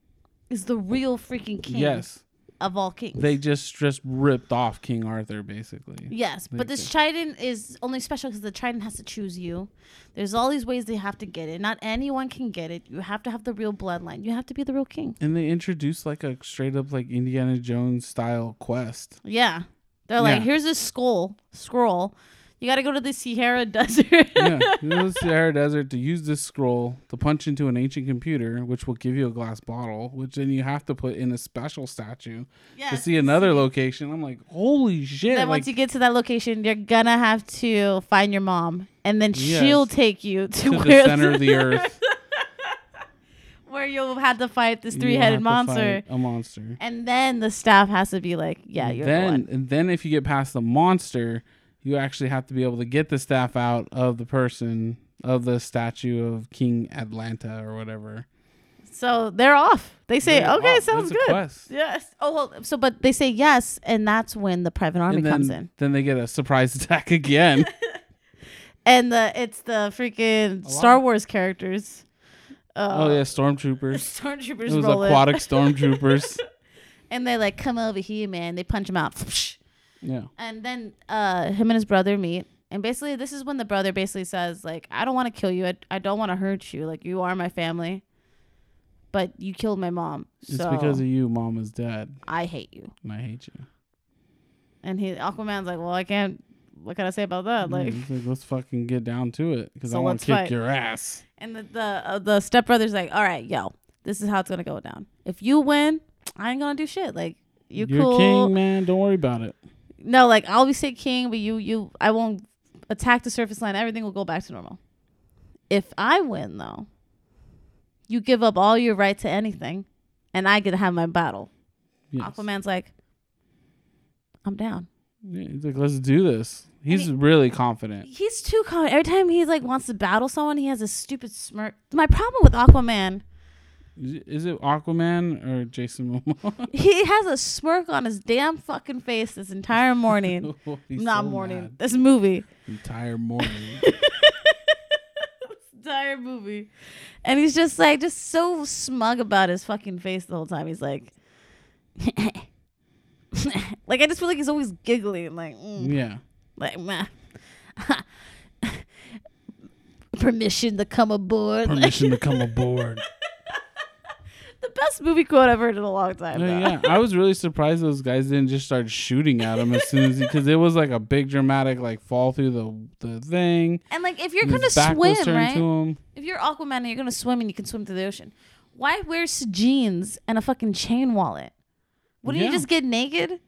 Speaker 1: is the real freaking king
Speaker 2: Yes,
Speaker 1: of all kings.
Speaker 2: they just just ripped off King Arthur basically.
Speaker 1: Yes, but
Speaker 2: Like
Speaker 1: this
Speaker 2: the-
Speaker 1: trident is only special because the trident has to choose you. There's all these ways they have to get it. Not anyone can get it. You have to have the real bloodline. You have to be the real king.
Speaker 2: And they introduced like a straight up like Indiana Jones style quest.
Speaker 1: Yeah, they're like,
Speaker 2: Yeah.
Speaker 1: here's this skull scroll. You got to go to the Sierra Desert.
Speaker 2: yeah, you go to the Sahara Desert to use this scroll to punch into an ancient computer, which will give you a glass bottle, which then you have to put in a special statue
Speaker 1: yeah.
Speaker 2: to see another location. I'm like, holy shit!
Speaker 1: Then
Speaker 2: like,
Speaker 1: once you get to that location, you're gonna have to find your mom, and then
Speaker 2: Yes.
Speaker 1: she'll take you to,
Speaker 2: to
Speaker 1: where
Speaker 2: the center of the earth,
Speaker 1: where you'll have to fight this
Speaker 2: you
Speaker 1: three-headed
Speaker 2: have to
Speaker 1: monster.
Speaker 2: fight a monster.
Speaker 1: And then the staff has to be like, yeah, you're the
Speaker 2: then,
Speaker 1: one.
Speaker 2: and then if you get past the monster, you actually have to be able to get the staff out of the person of the statue of King Atlanta or whatever.
Speaker 1: So they're off. They say,
Speaker 2: They're
Speaker 1: okay,
Speaker 2: off.
Speaker 1: sounds
Speaker 2: That's a
Speaker 1: good.
Speaker 2: quest.
Speaker 1: Yes. Oh, well, so, but they say yes, and that's when the private army
Speaker 2: And
Speaker 1: comes
Speaker 2: then,
Speaker 1: in.
Speaker 2: then they get a surprise attack again.
Speaker 1: And the it's the freaking
Speaker 2: lot
Speaker 1: Star
Speaker 2: of-
Speaker 1: Wars characters. Uh,
Speaker 2: oh yeah, stormtroopers.
Speaker 1: Stormtroopers
Speaker 2: It was
Speaker 1: roll in,
Speaker 2: aquatic stormtroopers.
Speaker 1: And they like, come over here, man. They punch him out.
Speaker 2: Yeah.
Speaker 1: And then uh, him and his brother meet. And basically, this is when the brother basically says, like, I don't want to kill you. I, I don't want to hurt you. Like, you are my family. But you killed my mom.
Speaker 2: It's
Speaker 1: so
Speaker 2: because of you, mom is dead,
Speaker 1: I hate you.
Speaker 2: and I hate you.
Speaker 1: And he Aquaman's like, well, I can't. What can I say about that? Like,
Speaker 2: Yeah, it's like, let's fucking get down to it, because
Speaker 1: So
Speaker 2: I want
Speaker 1: let's
Speaker 2: to kick
Speaker 1: fight.
Speaker 2: your ass.
Speaker 1: And the the, uh, the stepbrother's like, all right, yo, this is how it's gonna go down. If you win, I ain't gonna do shit. Like you
Speaker 2: You're, are
Speaker 1: cool.
Speaker 2: king, man. Don't worry about it.
Speaker 1: No, like I'll be say king, but you you I won't attack the surface line. Everything will go back to normal. If I win though, you give up all your right to anything, and I get to have my battle.
Speaker 2: Yes.
Speaker 1: Aquaman's like, I'm down.
Speaker 2: Yeah, he's like, let's do this. He's
Speaker 1: he-
Speaker 2: really confident.
Speaker 1: He's too calm. Every time he like wants to battle someone, he has a stupid smirk. My problem with Aquaman
Speaker 2: Is it- is it Aquaman or Jason Momoa?
Speaker 1: He has a smirk on his damn fucking face this entire morning.
Speaker 2: Oh, He's
Speaker 1: Not
Speaker 2: so
Speaker 1: morning.
Speaker 2: mad.
Speaker 1: This movie.
Speaker 2: Entire morning.
Speaker 1: Entire movie. And he's just like just so smug about his fucking face the whole time. He's like Like I just feel like he's always giggling like mm,
Speaker 2: yeah.
Speaker 1: like meh. permission to come aboard. Like,
Speaker 2: Permission to come aboard.
Speaker 1: the best movie quote I've heard in a long time.
Speaker 2: No,
Speaker 1: though.
Speaker 2: yeah, I was really surprised those guys didn't just start shooting at him as soon as because it was like a big dramatic like fall through the the thing.
Speaker 1: And like if you're
Speaker 2: and
Speaker 1: gonna
Speaker 2: his back was
Speaker 1: swim,
Speaker 2: turned
Speaker 1: right?
Speaker 2: To him.
Speaker 1: If you're Aquaman and you're gonna swim and you can swim through the ocean, why wear s- jeans and a fucking chain wallet? Wouldn't
Speaker 2: Yeah.
Speaker 1: you just get naked?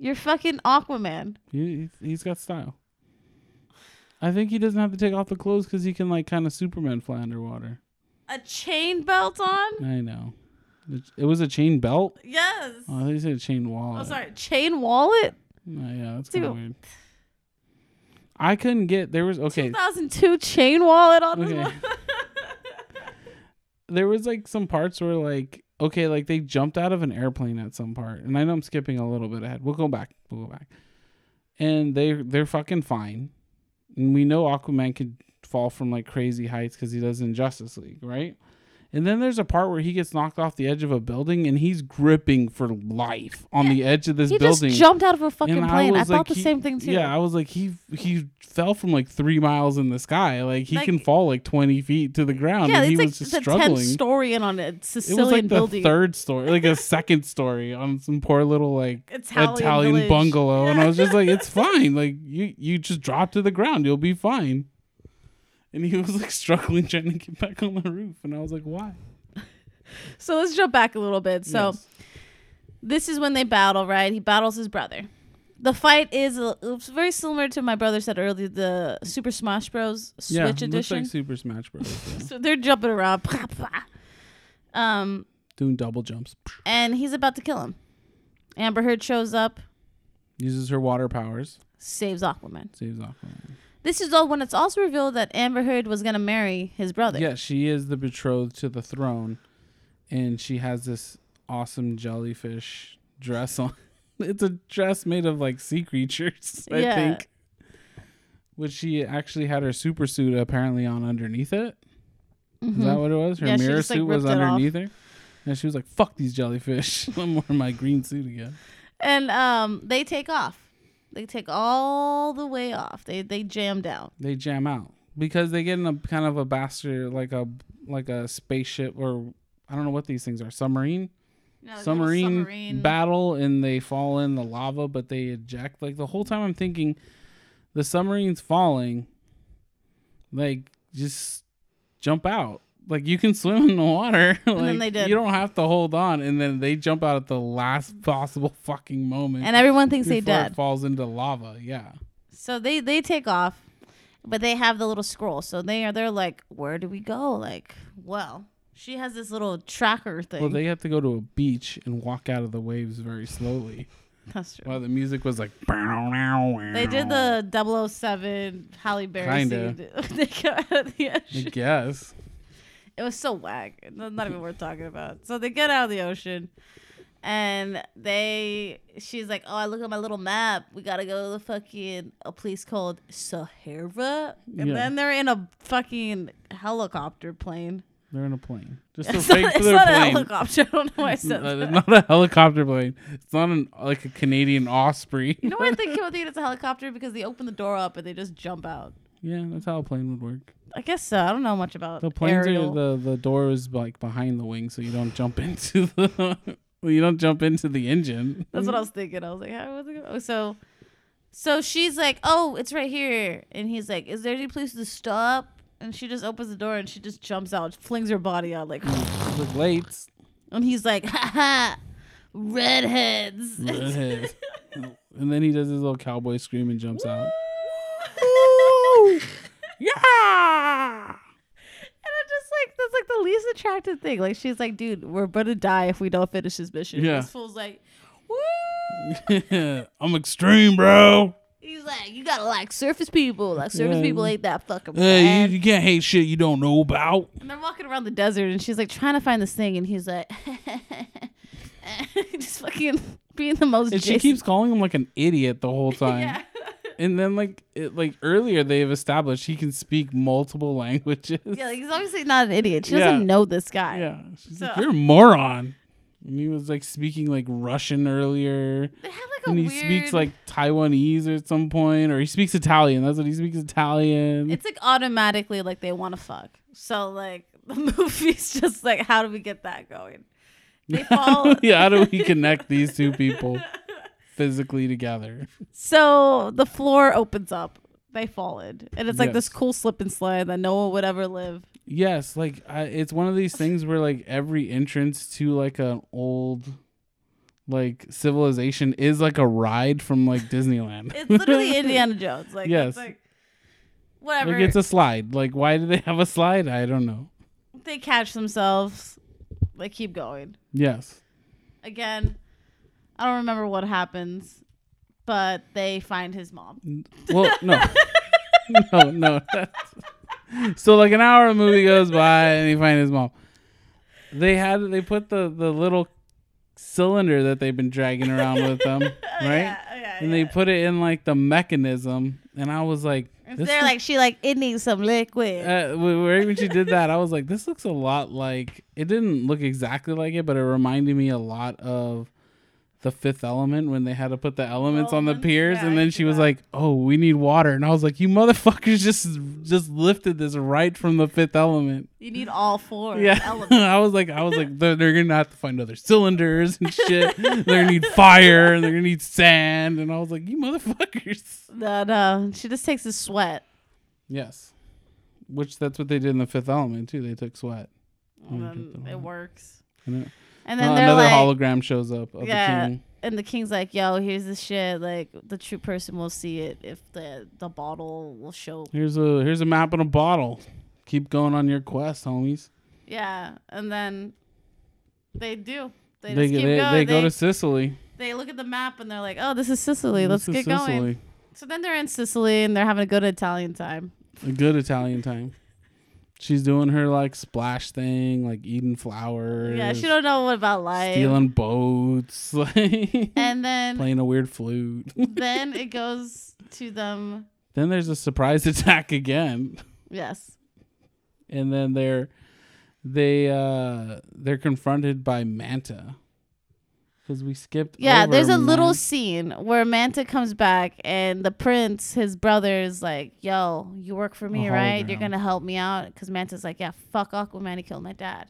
Speaker 1: You're fucking Aquaman.
Speaker 2: He, he- he's got style. I think he doesn't have to take off the clothes because he can like kind of Superman fly underwater.
Speaker 1: A chain belt on?
Speaker 2: I know. It, it was a chain belt.
Speaker 1: Yes.
Speaker 2: Oh, I thought you said a chain wallet.
Speaker 1: Oh, sorry. Chain wallet?
Speaker 2: No, yeah, that's kind of
Speaker 1: Dude.
Speaker 2: weird. I couldn't get there was okay.
Speaker 1: 2002 chain wallet on this
Speaker 2: Okay.
Speaker 1: one.
Speaker 2: there was like some parts where like okay, like they jumped out of an airplane at some part, and I know I'm skipping a little bit ahead. We'll go back. We'll go back. And they they're fucking fine, and we know Aquaman could fall from like crazy heights because he does in Justice League, right? And then there's a part where he gets knocked off the edge of a building and he's gripping for life on the edge of this
Speaker 1: He
Speaker 2: building.
Speaker 1: just jumped out of a fucking
Speaker 2: And
Speaker 1: plane. I,
Speaker 2: was
Speaker 1: thought
Speaker 2: like,
Speaker 1: the
Speaker 2: he-
Speaker 1: same thing too.
Speaker 2: Yeah, I was like, he he fell from like three miles in the sky. Like he
Speaker 1: Like-
Speaker 2: can fall like twenty feet to the ground.
Speaker 1: yeah,
Speaker 2: and he
Speaker 1: it's like
Speaker 2: was just
Speaker 1: the
Speaker 2: struggling.
Speaker 1: tenth story in on a
Speaker 2: it
Speaker 1: Sicilian
Speaker 2: was like the
Speaker 1: building.
Speaker 2: third story, like a second story on some poor little like
Speaker 1: Italian village.
Speaker 2: bungalow. And I was just like, it's fine. Like you you just drop to the ground, you'll be fine. And he was like struggling trying to get back on the roof, and I was like, why?
Speaker 1: So let's jump back a little bit. So
Speaker 2: Yes.
Speaker 1: this is when they battle, right? He battles his brother. The fight is uh, it's very similar to my brother said earlier, the Super Smash Bros. Switch
Speaker 2: yeah, looks
Speaker 1: edition.
Speaker 2: like Super Smash Bros. yeah.
Speaker 1: so they're jumping around, pah, pah. um,
Speaker 2: Doing double jumps,
Speaker 1: and he's about to kill him. Amber Heard shows up,
Speaker 2: uses her water powers,
Speaker 1: saves Aquaman.
Speaker 2: saves Aquaman.
Speaker 1: This is all when it's also revealed that Amber Heard was gonna marry his brother.
Speaker 2: Yeah, she is the betrothed to the throne, and she has this awesome jellyfish dress on. it's a dress made of like sea creatures, I
Speaker 1: Yeah.
Speaker 2: think. Which she actually had her super suit apparently on underneath it. Is
Speaker 1: Mhm.
Speaker 2: that what it was? Her
Speaker 1: Yeah, she
Speaker 2: mirror
Speaker 1: just, like,
Speaker 2: suit was
Speaker 1: ripped it off.
Speaker 2: underneath her. And she was like, fuck these jellyfish. I'm wearing my green suit again.
Speaker 1: And um, they take off. They take all the way off. They they jam down.
Speaker 2: They jam out. Because they get in a kind of a bastard like a like a spaceship or I don't know what these things are, submarine? submarine, battle and they fall in the lava, but they eject. Like the whole time I'm thinking, the submarine's falling. Like just jump out. Like you can swim in the water. like
Speaker 1: then they did.
Speaker 2: you don't have to hold on. And then they jump out at the last possible fucking moment.
Speaker 1: and everyone thinks they
Speaker 2: before
Speaker 1: dead.
Speaker 2: It falls into lava. Yeah.
Speaker 1: So they they take off, but they have the little scroll. So they are they're like, where do we go? Like, well, she has this little tracker thing.
Speaker 2: Well, they have to go to a beach and walk out of the waves very slowly.
Speaker 1: That's true.
Speaker 2: While the music was like.
Speaker 1: They did the 007 Halle Berry
Speaker 2: Kinda.
Speaker 1: scene. they got out of the
Speaker 2: I
Speaker 1: ocean.
Speaker 2: guess.
Speaker 1: It was so whack. It's Not even worth talking about. So they get out of the ocean, and they. She's like, "Oh, I look at my little map. We gotta go to the fucking a place called Sahara." And
Speaker 2: Yeah.
Speaker 1: then they're in a fucking helicopter plane.
Speaker 2: They're in a plane. Just a
Speaker 1: It's
Speaker 2: fake
Speaker 1: not,
Speaker 2: for
Speaker 1: it's
Speaker 2: their
Speaker 1: not a
Speaker 2: plane.
Speaker 1: helicopter. I don't know why I said
Speaker 2: Uh,
Speaker 1: that.
Speaker 2: not a helicopter plane. It's not an like a Canadian Osprey.
Speaker 1: You know why I think people think it's a helicopter because they open the door up and they just jump out.
Speaker 2: yeah, that's how a plane would work.
Speaker 1: I guess so. I don't know much about
Speaker 2: The planes
Speaker 1: aerial.
Speaker 2: are the the door is like behind the wing, so you don't jump into the well, you don't jump into the engine.
Speaker 1: That's what I was thinking. I was like, how was it? Going? Oh, so, so she's like, oh, it's right here, and he's like, is there any place to stop? And she just opens the door and she just jumps out, flings her body out like,
Speaker 2: It's like late.
Speaker 1: and he's like, ha ha, redheads.
Speaker 2: Redhead. and then he does his little cowboy scream and jumps out. Yeah.
Speaker 1: And I'm just like, that's like the least attractive thing. Like she's like, dude, we're gonna die if we don't finish this mission.
Speaker 2: Yeah.
Speaker 1: This fool's like, woo.
Speaker 2: I'm extreme, bro.
Speaker 1: He's like, you gotta like surface people. Like surface
Speaker 2: Yeah.
Speaker 1: people ain't that fucking
Speaker 2: Hey,
Speaker 1: bad.
Speaker 2: you, you can't hate shit you don't know about.
Speaker 1: And they're walking around the desert, and she's like trying to find this thing, and he's like, just fucking being the most.
Speaker 2: And she
Speaker 1: Jason-
Speaker 2: keeps calling him like an idiot the whole time.
Speaker 1: Yeah.
Speaker 2: And then like it, like earlier they've established he can speak multiple languages.
Speaker 1: yeah, like, he's obviously not an idiot. She
Speaker 2: Yeah.
Speaker 1: doesn't know this guy.
Speaker 2: Yeah. She's like,
Speaker 1: So-
Speaker 2: You're a moron. And he was like speaking like Russian earlier.
Speaker 1: They have like a
Speaker 2: And he
Speaker 1: weird.
Speaker 2: speaks like Taiwanese at some point, or he speaks Italian. That's what he speaks Italian.
Speaker 1: It's like automatically like they want to fuck. So like the movie's just like, how do we get that going? They fall.
Speaker 2: yeah, how do we connect these two people physically together?
Speaker 1: So the floor opens up. They fall in, and it's like this
Speaker 2: Yes.
Speaker 1: cool slip and slide that no one would ever live.
Speaker 2: Yes, like I, it's one of these things where like every entrance to like an old like civilization is like a ride from like Disneyland.
Speaker 1: It's literally Indiana Jones. Like
Speaker 2: Yes.
Speaker 1: it's like whatever.
Speaker 2: Like it's a slide. Like why do they have a slide? I don't know.
Speaker 1: they catch themselves. They keep going.
Speaker 2: Yes.
Speaker 1: Again, I don't remember what happens, but they find his mom.
Speaker 2: Well, no. no, no. so like an hour of movie goes by and he finds his mom. They had they put the the little cylinder that they've been dragging around with them, right?
Speaker 1: Yeah, oh, yeah,
Speaker 2: and
Speaker 1: yeah.
Speaker 2: they put it in like the mechanism, and I was like,
Speaker 1: If
Speaker 2: this
Speaker 1: they're
Speaker 2: is-
Speaker 1: like she like it needs some liquid.
Speaker 2: uh, w- right when she did that, I was like, this looks a lot like it didn't look exactly like it, but it reminded me a lot of the fifth element when they had to put the elements on the
Speaker 1: Elements,
Speaker 2: piers
Speaker 1: Oh, yeah, I
Speaker 2: and then
Speaker 1: see
Speaker 2: she was
Speaker 1: that.
Speaker 2: like oh we need water and i was like you motherfuckers just just lifted this right from the fifth element
Speaker 1: you need all four
Speaker 2: yeah
Speaker 1: elements.
Speaker 2: i was like i was like they're, they're gonna have to find other cylinders and shit they're gonna need fire and they're gonna need sand and i was like you motherfuckers
Speaker 1: No, no. uh, She just takes a sweat.
Speaker 2: yes which that's what they did in the fifth element too they took sweat
Speaker 1: And
Speaker 2: I get
Speaker 1: then
Speaker 2: that
Speaker 1: it
Speaker 2: one.
Speaker 1: works.
Speaker 2: and it,
Speaker 1: And then
Speaker 2: Uh,
Speaker 1: they're
Speaker 2: another
Speaker 1: like,
Speaker 2: hologram shows up of
Speaker 1: Yeah.
Speaker 2: the king.
Speaker 1: and the king's like, "Yo, here's the shit. Like, the true person will see it if the the bottle will show."
Speaker 2: Here's a here's a map in a bottle. Keep going on your quest, homies.
Speaker 1: Yeah, and then they do. They,
Speaker 2: They
Speaker 1: just
Speaker 2: they,
Speaker 1: keep
Speaker 2: they,
Speaker 1: going. They,
Speaker 2: go to Sicily.
Speaker 1: they look at the map and they're like, "Oh, this is Sicily. Let's get
Speaker 2: This is
Speaker 1: going." So then they're in Sicily and they're having a good Italian time.
Speaker 2: A good Italian time. She's doing her like splash thing, like eating flowers.
Speaker 1: Yeah, she don't know what about life.
Speaker 2: stealing boats, like
Speaker 1: And then
Speaker 2: playing a weird flute.
Speaker 1: then it goes to them.
Speaker 2: then there's a surprise attack again,
Speaker 1: Yes.
Speaker 2: and then they're they uh they're confronted by Manta because we skipped.
Speaker 1: Yeah,
Speaker 2: over
Speaker 1: there's a little
Speaker 2: Man-
Speaker 1: scene where Manta comes back and the prince, his brother, is like, "Yo, you work for me, right? You're
Speaker 2: hologram.
Speaker 1: gonna help me out." Because Manta's like, "Yeah, fuck Aquaman, he killed my dad."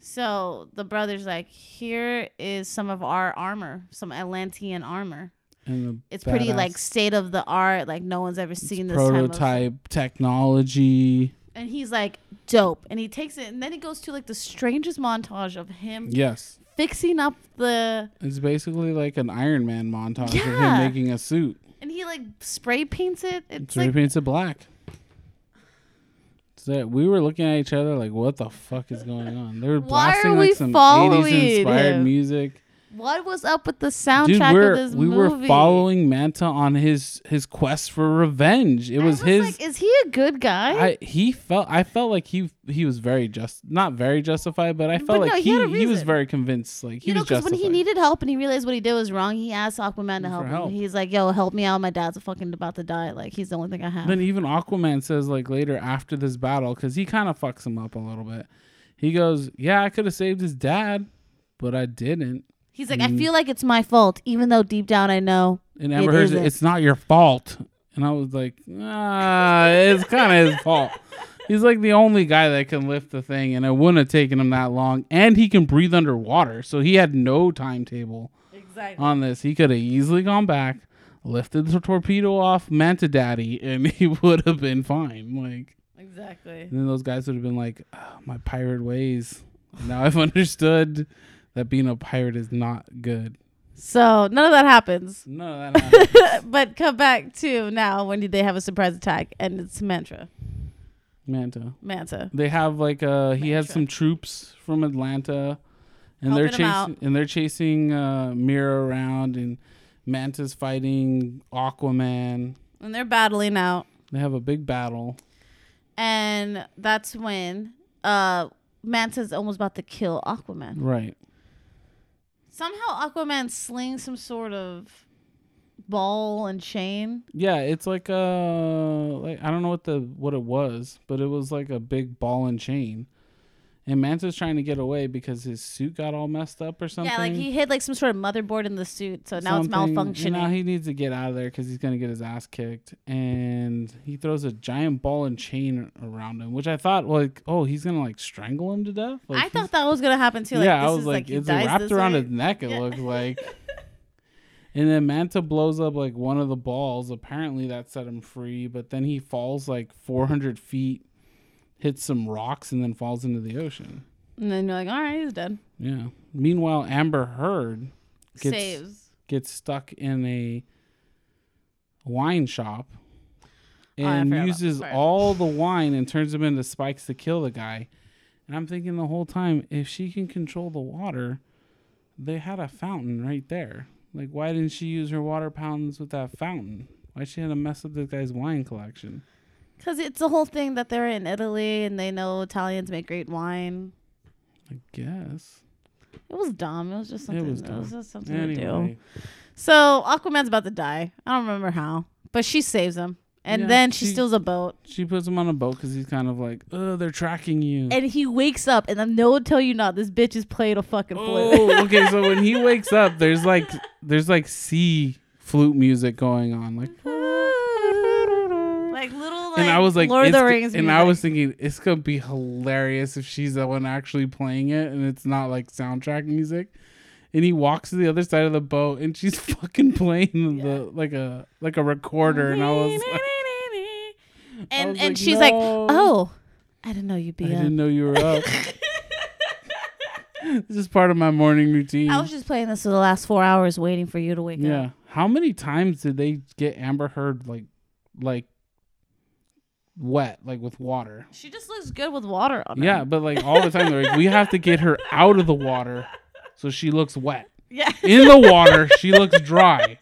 Speaker 1: So the brother's like, "Here is some of our armor, some Atlantean armor.
Speaker 2: and the
Speaker 1: It's pretty
Speaker 2: badass-
Speaker 1: like state of the art, like no one's ever seen this Type of-
Speaker 2: prototype technology.
Speaker 1: and he's like, "Dope," and he takes it, and then he goes to like the strangest montage of him
Speaker 2: Yes.
Speaker 1: fixing up the
Speaker 2: It's basically like an Iron Man montage of him
Speaker 1: Yeah.
Speaker 2: making a suit.
Speaker 1: and he like spray paints it. It's
Speaker 2: So he
Speaker 1: like
Speaker 2: paints it black. So we were looking at each other like, what the fuck is going on? They were
Speaker 1: Why
Speaker 2: blasting
Speaker 1: are
Speaker 2: like
Speaker 1: we
Speaker 2: some
Speaker 1: following
Speaker 2: 80s inspired
Speaker 1: him?
Speaker 2: music.
Speaker 1: What was up with the
Speaker 2: Dude,
Speaker 1: soundtrack
Speaker 2: we're,
Speaker 1: of this
Speaker 2: we
Speaker 1: movie?
Speaker 2: were following Manta on his his quest for revenge. It
Speaker 1: I
Speaker 2: was, his
Speaker 1: Like, is he a good guy?
Speaker 2: I he felt I felt like he he was very just not very justified, but I felt
Speaker 1: But
Speaker 2: like
Speaker 1: no, he
Speaker 2: he,
Speaker 1: had a
Speaker 2: he, was
Speaker 1: reason.
Speaker 2: very convinced. Like he
Speaker 1: you know,
Speaker 2: was
Speaker 1: because
Speaker 2: justified.
Speaker 1: when he needed help and he realized what he did was wrong, he asked Aquaman to
Speaker 2: For
Speaker 1: help him.
Speaker 2: help.
Speaker 1: He's like, "Yo, help me out. My dad's fucking about to die. Like, he's the only thing I have."
Speaker 2: Then even Aquaman says like later after this battle, because he kind of fucks him up a little bit. He goes, "Yeah, I could have saved his dad, but I didn't."
Speaker 1: he's like, "I feel like it's my fault, even though deep down I know."
Speaker 2: And
Speaker 1: It
Speaker 2: Amber Heard's,
Speaker 1: isn't.
Speaker 2: "It's not your fault." And I was like, "Ah, it's kind of his fault." He's like the only guy that can lift the thing, and it wouldn't have taken him that long. And he can breathe underwater, so he had no timetable
Speaker 1: Exactly.
Speaker 2: on this. He could have easily gone back, lifted the torpedo off Manta Daddy, and he would have been fine. Like.
Speaker 1: Exactly.
Speaker 2: And then those guys would have been like, oh, my pirate ways. Now I've understood that being a pirate is not good.
Speaker 1: So none of that happens.
Speaker 2: No, that happened.
Speaker 1: But come back to now when they have a surprise attack and it's Mantra.
Speaker 2: Manta.
Speaker 1: Manta.
Speaker 2: They have like uh he has
Speaker 1: Mantra.
Speaker 2: some troops from Atlanta and they're
Speaker 1: Helping him out.
Speaker 2: chasing and they're chasing uh Mira around and Manta's fighting Aquaman.
Speaker 1: And they're battling out.
Speaker 2: They have a big battle.
Speaker 1: And that's when uh Manta's almost about to kill Aquaman.
Speaker 2: Right.
Speaker 1: Somehow Aquaman slings some sort of ball and chain.
Speaker 2: Yeah, it's like uh like I don't know what the what it was, but it was like a big ball and chain. And Manta's trying to get away because his suit got all messed up or something.
Speaker 1: Yeah, like he hid like some sort of motherboard in the suit, so now it's
Speaker 2: something.
Speaker 1: malfunctioning.
Speaker 2: And now he needs to get out of there because he's gonna get his ass kicked. And he throws a giant ball and chain around him, which I thought like, oh, he's gonna like strangle him to death. Like,
Speaker 1: I
Speaker 2: he's-
Speaker 1: thought that was gonna happen too. Like,
Speaker 2: yeah,
Speaker 1: this
Speaker 2: I was
Speaker 1: is,
Speaker 2: like,
Speaker 1: he
Speaker 2: it's
Speaker 1: dies
Speaker 2: wrapped
Speaker 1: this
Speaker 2: around
Speaker 1: way.
Speaker 2: his neck. It
Speaker 1: Yeah.
Speaker 2: looked like. And then Manta blows up like one of the balls. Apparently that set him free, but then he falls like 400 feet, hits some rocks, and then falls into the ocean.
Speaker 1: And then you're like, all right, he's dead.
Speaker 2: Yeah. Meanwhile, Amber Heard Gets-
Speaker 1: Saves.
Speaker 2: gets stuck in a wine shop
Speaker 1: Oh, I forgot
Speaker 2: and
Speaker 1: about
Speaker 2: uses
Speaker 1: that part.
Speaker 2: all the wine and turns them into spikes to kill the guy. And I'm thinking the whole time, if she can control the water, they had a fountain right there. Like, why didn't she use her water pounds with that fountain? Why she had to mess up this guy's wine collection?
Speaker 1: Because it's the whole thing that they're in Italy and they know Italians make great wine.
Speaker 2: I guess.
Speaker 1: It was dumb. It was just something. It
Speaker 2: was
Speaker 1: was,
Speaker 2: dumb.
Speaker 1: just something to do.
Speaker 2: Anyway,
Speaker 1: So Aquaman's about to die. I don't remember how, but she saves him, and
Speaker 2: Yeah,
Speaker 1: then she
Speaker 2: she-
Speaker 1: steals a boat,
Speaker 2: she puts him on a boat because he's kind of like, oh, they're tracking you.
Speaker 1: and he wakes up. And I'm no one tell you not. This bitch is playing a fucking flute.
Speaker 2: Oh, okay. So when he wakes up, there's like there's like sea flute music going on, like.
Speaker 1: like little. Like,
Speaker 2: Oh. and I was like,
Speaker 1: Lord of
Speaker 2: it's
Speaker 1: the
Speaker 2: go-
Speaker 1: Rings.
Speaker 2: and I
Speaker 1: music.
Speaker 2: was thinking it's gonna be hilarious if she's the one actually playing it, and it's not like soundtrack music. And he walks to the other side of the boat, and she's fucking playing
Speaker 1: Yeah.
Speaker 2: the like a like a recorder, and I was like,
Speaker 1: and
Speaker 2: was
Speaker 1: and
Speaker 2: like,
Speaker 1: she's like,
Speaker 2: "No."
Speaker 1: oh, I didn't know you'd be
Speaker 2: I
Speaker 1: up.
Speaker 2: didn't know you were up. this is part of my morning routine.
Speaker 1: I was just playing this for the last four hours, waiting for you to wake up.
Speaker 2: Yeah. How many times did they get Amber Heard like like wet, like with water?
Speaker 1: She just looks good with water on her.
Speaker 2: Yeah, but like all the time they're like, we have to get her out of the water so she looks wet.
Speaker 1: Yeah.
Speaker 2: In the water, she looks dry.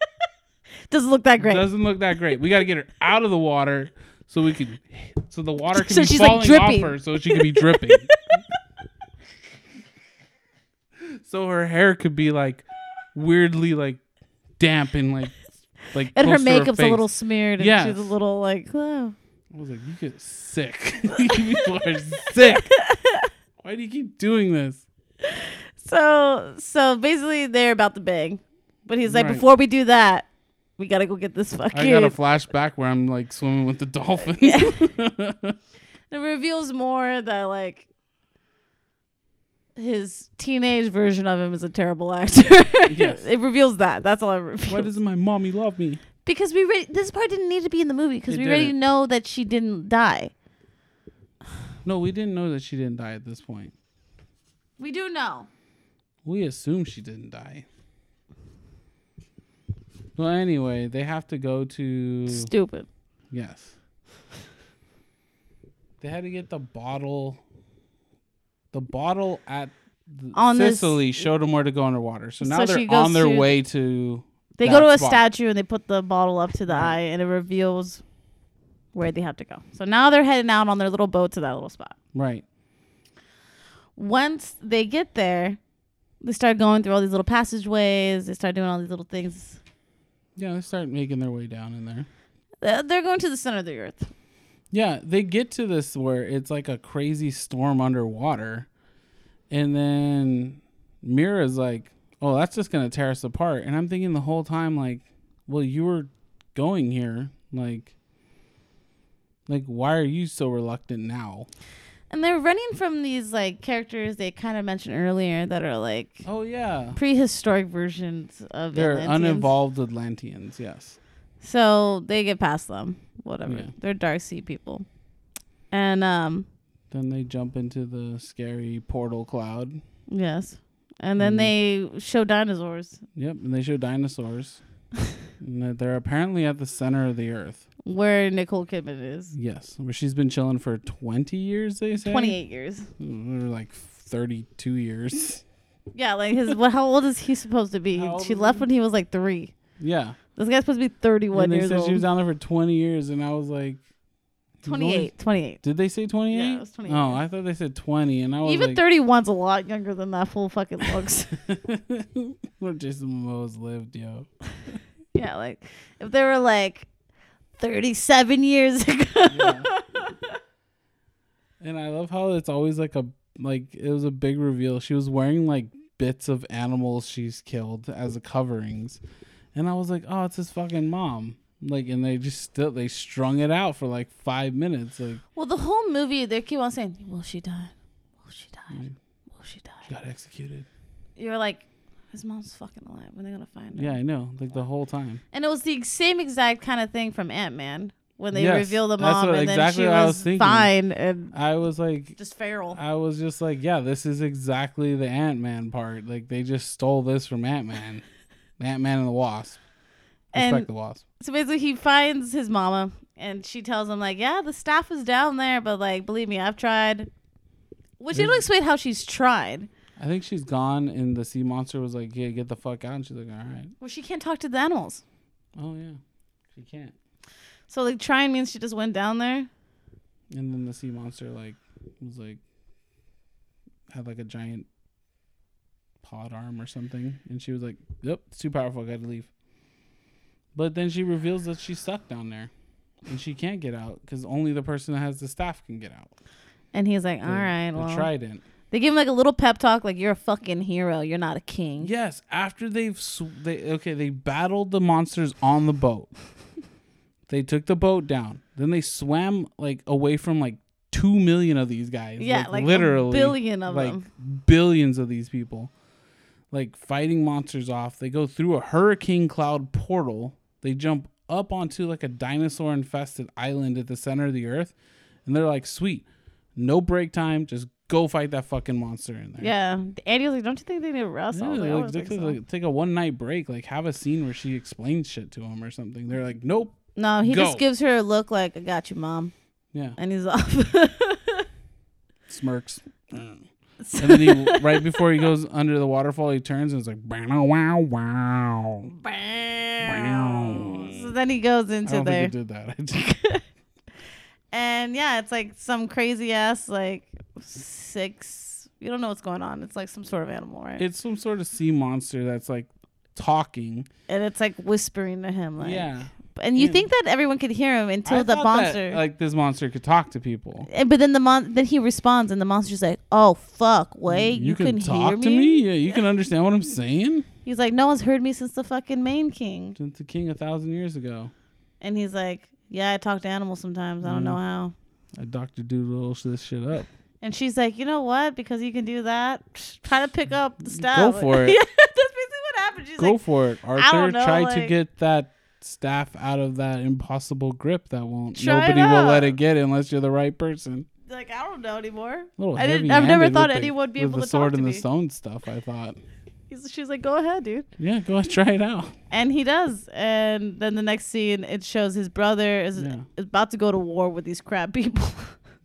Speaker 1: Doesn't look that great.
Speaker 2: Doesn't look that great. We gotta get her out of the water so we can so the water can
Speaker 1: So
Speaker 2: be
Speaker 1: she's, like,
Speaker 2: falling off
Speaker 1: dripping.
Speaker 2: her so she can be dripping. so her hair could be like weirdly like damp and like like
Speaker 1: and her
Speaker 2: close to
Speaker 1: makeup's a
Speaker 2: face.
Speaker 1: little smeared and
Speaker 2: Yes.
Speaker 1: she's a little like whoa.
Speaker 2: I was like, you get sick. you people are sick. Why do you keep doing this?
Speaker 1: so so basically they're about to bang but he's like
Speaker 2: Right.
Speaker 1: before we do that we gotta go get this fucking
Speaker 2: I got a flashback where I'm like swimming with the dolphins.
Speaker 1: it reveals more that like his teenage version of him is a terrible actor
Speaker 2: Yes.
Speaker 1: it reveals that that's all i reveals.
Speaker 2: Why doesn't my mommy love me?
Speaker 1: because we re- this part didn't need to be in the movie because
Speaker 2: It
Speaker 1: we already
Speaker 2: didn't.
Speaker 1: know that she didn't die
Speaker 2: No, we didn't know that she didn't die at this point.
Speaker 1: we do know
Speaker 2: We assume she didn't die. Well, anyway, they have to go to
Speaker 1: stupid
Speaker 2: yes. They had to get the bottle. The bottle at the
Speaker 1: On this-
Speaker 2: Sicily showed them where to go underwater. So now
Speaker 1: So she
Speaker 2: they're
Speaker 1: goes
Speaker 2: on their
Speaker 1: to-
Speaker 2: way to
Speaker 1: they go to a
Speaker 2: That's why. Mm.
Speaker 1: statue and they put the bottle up to the
Speaker 2: Right.
Speaker 1: eye and it reveals where they have to go so now they're heading out on their little boat to that little spot
Speaker 2: right.
Speaker 1: once they get there, they start going through all these little passageways. They start doing all these little things.
Speaker 2: Yeah, they start making their way down in there.
Speaker 1: They're they're going to the center of the earth.
Speaker 2: Yeah, they get to this where it's like a crazy storm underwater. And then Mira's like, oh, that's just going to tear us apart. And I'm thinking the whole time, like, well, you were going here. Like, like why are you so reluctant now?
Speaker 1: And they're running from these like characters they kind of mentioned earlier that are like
Speaker 2: Oh, yeah.
Speaker 1: prehistoric versions of
Speaker 2: They're
Speaker 1: Atlanteans.
Speaker 2: uninvolved Atlanteans, yes.
Speaker 1: So they get past them. Whatever.
Speaker 2: Yeah.
Speaker 1: They're dark sea people. And um
Speaker 2: Then they jump into the scary portal cloud.
Speaker 1: yes. And then
Speaker 2: Mhm.
Speaker 1: they show dinosaurs
Speaker 2: Yep, and they show dinosaurs. and that they're apparently at the center of the earth.
Speaker 1: where Nicole Kidman is.
Speaker 2: Yes, where she's been chilling for 20 years, they say?
Speaker 1: 28 years.
Speaker 2: Or like 32 years.
Speaker 1: Yeah, like his. What? How old is he supposed to be?
Speaker 2: How old
Speaker 1: She
Speaker 2: is
Speaker 1: left
Speaker 2: he?
Speaker 1: when he was like three.
Speaker 2: Yeah.
Speaker 1: This guy's supposed to be thirty-one
Speaker 2: and they
Speaker 1: years
Speaker 2: said she was
Speaker 1: old.
Speaker 2: down there for 20 years, and I was like, he's only-
Speaker 1: 28, 28.
Speaker 2: Did they say 28?
Speaker 1: Yeah, it was 28
Speaker 2: Oh,
Speaker 1: years.
Speaker 2: I thought they said 20, and I was
Speaker 1: Even
Speaker 2: like,
Speaker 1: thirty-one's a lot younger than that fool fucking looks.
Speaker 2: where Jason Momoa's lived, yo.
Speaker 1: yeah, like if they were like thirty-seven years ago.
Speaker 2: Yeah. and I love how it's always like a like it was a big reveal. She was wearing like bits of animals she's killed as a coverings, and I was like, oh, it's his fucking mom. Like, and they just still they strung it out for like five minutes. Like,
Speaker 1: Well, the whole movie they keep on saying, "Will she die? Will she
Speaker 2: Mm.
Speaker 1: die? Will she
Speaker 2: she
Speaker 1: die?"
Speaker 2: got executed.
Speaker 1: You're like, his mom's fucking alive. When are they gonna find her?
Speaker 2: Yeah, I know. Like the whole time.
Speaker 1: And it was the same exact kind of thing from Ant Man when they
Speaker 2: Yes,
Speaker 1: reveal the
Speaker 2: that's
Speaker 1: mom
Speaker 2: what-
Speaker 1: and
Speaker 2: exactly
Speaker 1: then
Speaker 2: what
Speaker 1: she
Speaker 2: I
Speaker 1: was,
Speaker 2: was thinking.
Speaker 1: fine and
Speaker 2: I was like,
Speaker 1: just feral.
Speaker 2: I was just like, yeah, this is exactly the Ant Man part. Like they just stole this from Ant Man, Ant Man and the Wasp. Respect
Speaker 1: And-
Speaker 2: the Wasp.
Speaker 1: so basically he finds his mama and she tells him like yeah the staff is down there but like believe me i've tried which it'll explain how she's tried
Speaker 2: I think she's gone, and the sea monster was like, "Yeah, get the fuck out." And she's like, "All right."
Speaker 1: well she can't talk to the animals
Speaker 2: Oh yeah, she can't.
Speaker 1: so like trying means she just went down there
Speaker 2: And then the sea monster like was like, had like a giant pod arm or something, and she was like, "Yep, it's too powerful. I got to leave." But then she reveals that she's stuck down there, and she can't get out because only the person that has the staff can get out.
Speaker 1: And he's like, all
Speaker 2: The-
Speaker 1: right,
Speaker 2: the
Speaker 1: well.
Speaker 2: trident.
Speaker 1: They give him like a little pep talk, like you're a fucking hero, you're not a king.
Speaker 2: Yes, after they've sw- they okay, they battled the monsters on the boat. they took the boat down. Then they swam like away from like 2 million of these guys.
Speaker 1: Yeah, like a
Speaker 2: literally
Speaker 1: billion of
Speaker 2: like,
Speaker 1: them.
Speaker 2: billions of these people. Like fighting monsters off. They go through a hurricane cloud portal. They jump up onto like a dinosaur infested island at the center of the earth and they're like, "Sweet. No break time. Just go fight that fucking monster in there."
Speaker 1: Yeah, Andy was like, "Don't you think they need rest?" I was
Speaker 2: Yeah,
Speaker 1: like, I
Speaker 2: like,
Speaker 1: was
Speaker 2: they
Speaker 1: like,
Speaker 2: could,
Speaker 1: so.
Speaker 2: like, take a one night break, like have a scene where she explains shit to him or something. They're like, nope.
Speaker 1: No, he just
Speaker 2: Go.
Speaker 1: gives her a look like, "I got you, mom,"
Speaker 2: Yeah,
Speaker 1: and he's off.
Speaker 2: smirks. Mm. and then he, right before he goes under the waterfall, he turns and it's like, wow, wow, wow.
Speaker 1: so then he goes
Speaker 2: I
Speaker 1: into
Speaker 2: don't
Speaker 1: there,
Speaker 2: think it did that. I just-
Speaker 1: and yeah, it's like some crazy ass like six. You don't know what's going on. It's like some sort of animal, right?
Speaker 2: it's some sort of sea monster that's like talking.
Speaker 1: and it's like whispering to him, like,
Speaker 2: yeah.
Speaker 1: And you
Speaker 2: yeah.
Speaker 1: think that everyone could hear him until
Speaker 2: I
Speaker 1: the
Speaker 2: thought that,
Speaker 1: monster.
Speaker 2: like this monster could talk to people.
Speaker 1: And- but then the mon then he responds, and the monster's like, "Oh fuck, wait, you,
Speaker 2: can
Speaker 1: couldn't
Speaker 2: talk
Speaker 1: hear me?
Speaker 2: to me. Yeah, you can understand what I'm saying.
Speaker 1: He's like, "No one's heard me since the fucking Maine King."
Speaker 2: Since the king a thousand years ago,
Speaker 1: And he's like, "Yeah, I talk to animals sometimes.
Speaker 2: Mm.
Speaker 1: I don't know how."
Speaker 2: I Doctor Doodle this shit up.
Speaker 1: And she's like, "You know what? Because you can do that, try to pick up the staff."
Speaker 2: for it.
Speaker 1: yeah, that's basically what happened. She's
Speaker 2: go
Speaker 1: like,
Speaker 2: for it,
Speaker 1: I
Speaker 2: Arthur.
Speaker 1: don't know,
Speaker 2: try to
Speaker 1: like-
Speaker 2: get that staff out of that impossible grip that won't.
Speaker 1: Try it
Speaker 2: Nobody will
Speaker 1: out.
Speaker 2: let it get unless you're the right person.
Speaker 1: "Like I don't know anymore."
Speaker 2: A little
Speaker 1: I didn't. I've
Speaker 2: heavy-handed
Speaker 1: never
Speaker 2: with
Speaker 1: thought
Speaker 2: the-
Speaker 1: anyone would be
Speaker 2: with
Speaker 1: able
Speaker 2: the
Speaker 1: to
Speaker 2: sword
Speaker 1: talk to
Speaker 2: and
Speaker 1: me.
Speaker 2: the stone stuff. I thought,
Speaker 1: He's, she's like, "Go ahead, dude."
Speaker 2: yeah, go ahead, try it out.
Speaker 1: And he does. And then the next scene, it shows his brother is
Speaker 2: Yeah.
Speaker 1: is about to go to war with these crab people.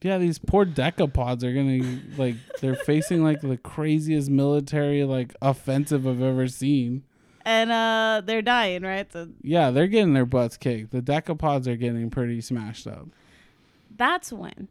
Speaker 2: Yeah, these poor decapods are gonna like they're facing like the craziest military like offensive I've ever seen.
Speaker 1: and uh they're dying, right? So
Speaker 2: Yeah, they're getting their butts kicked. The decapods are getting pretty smashed up
Speaker 1: that's when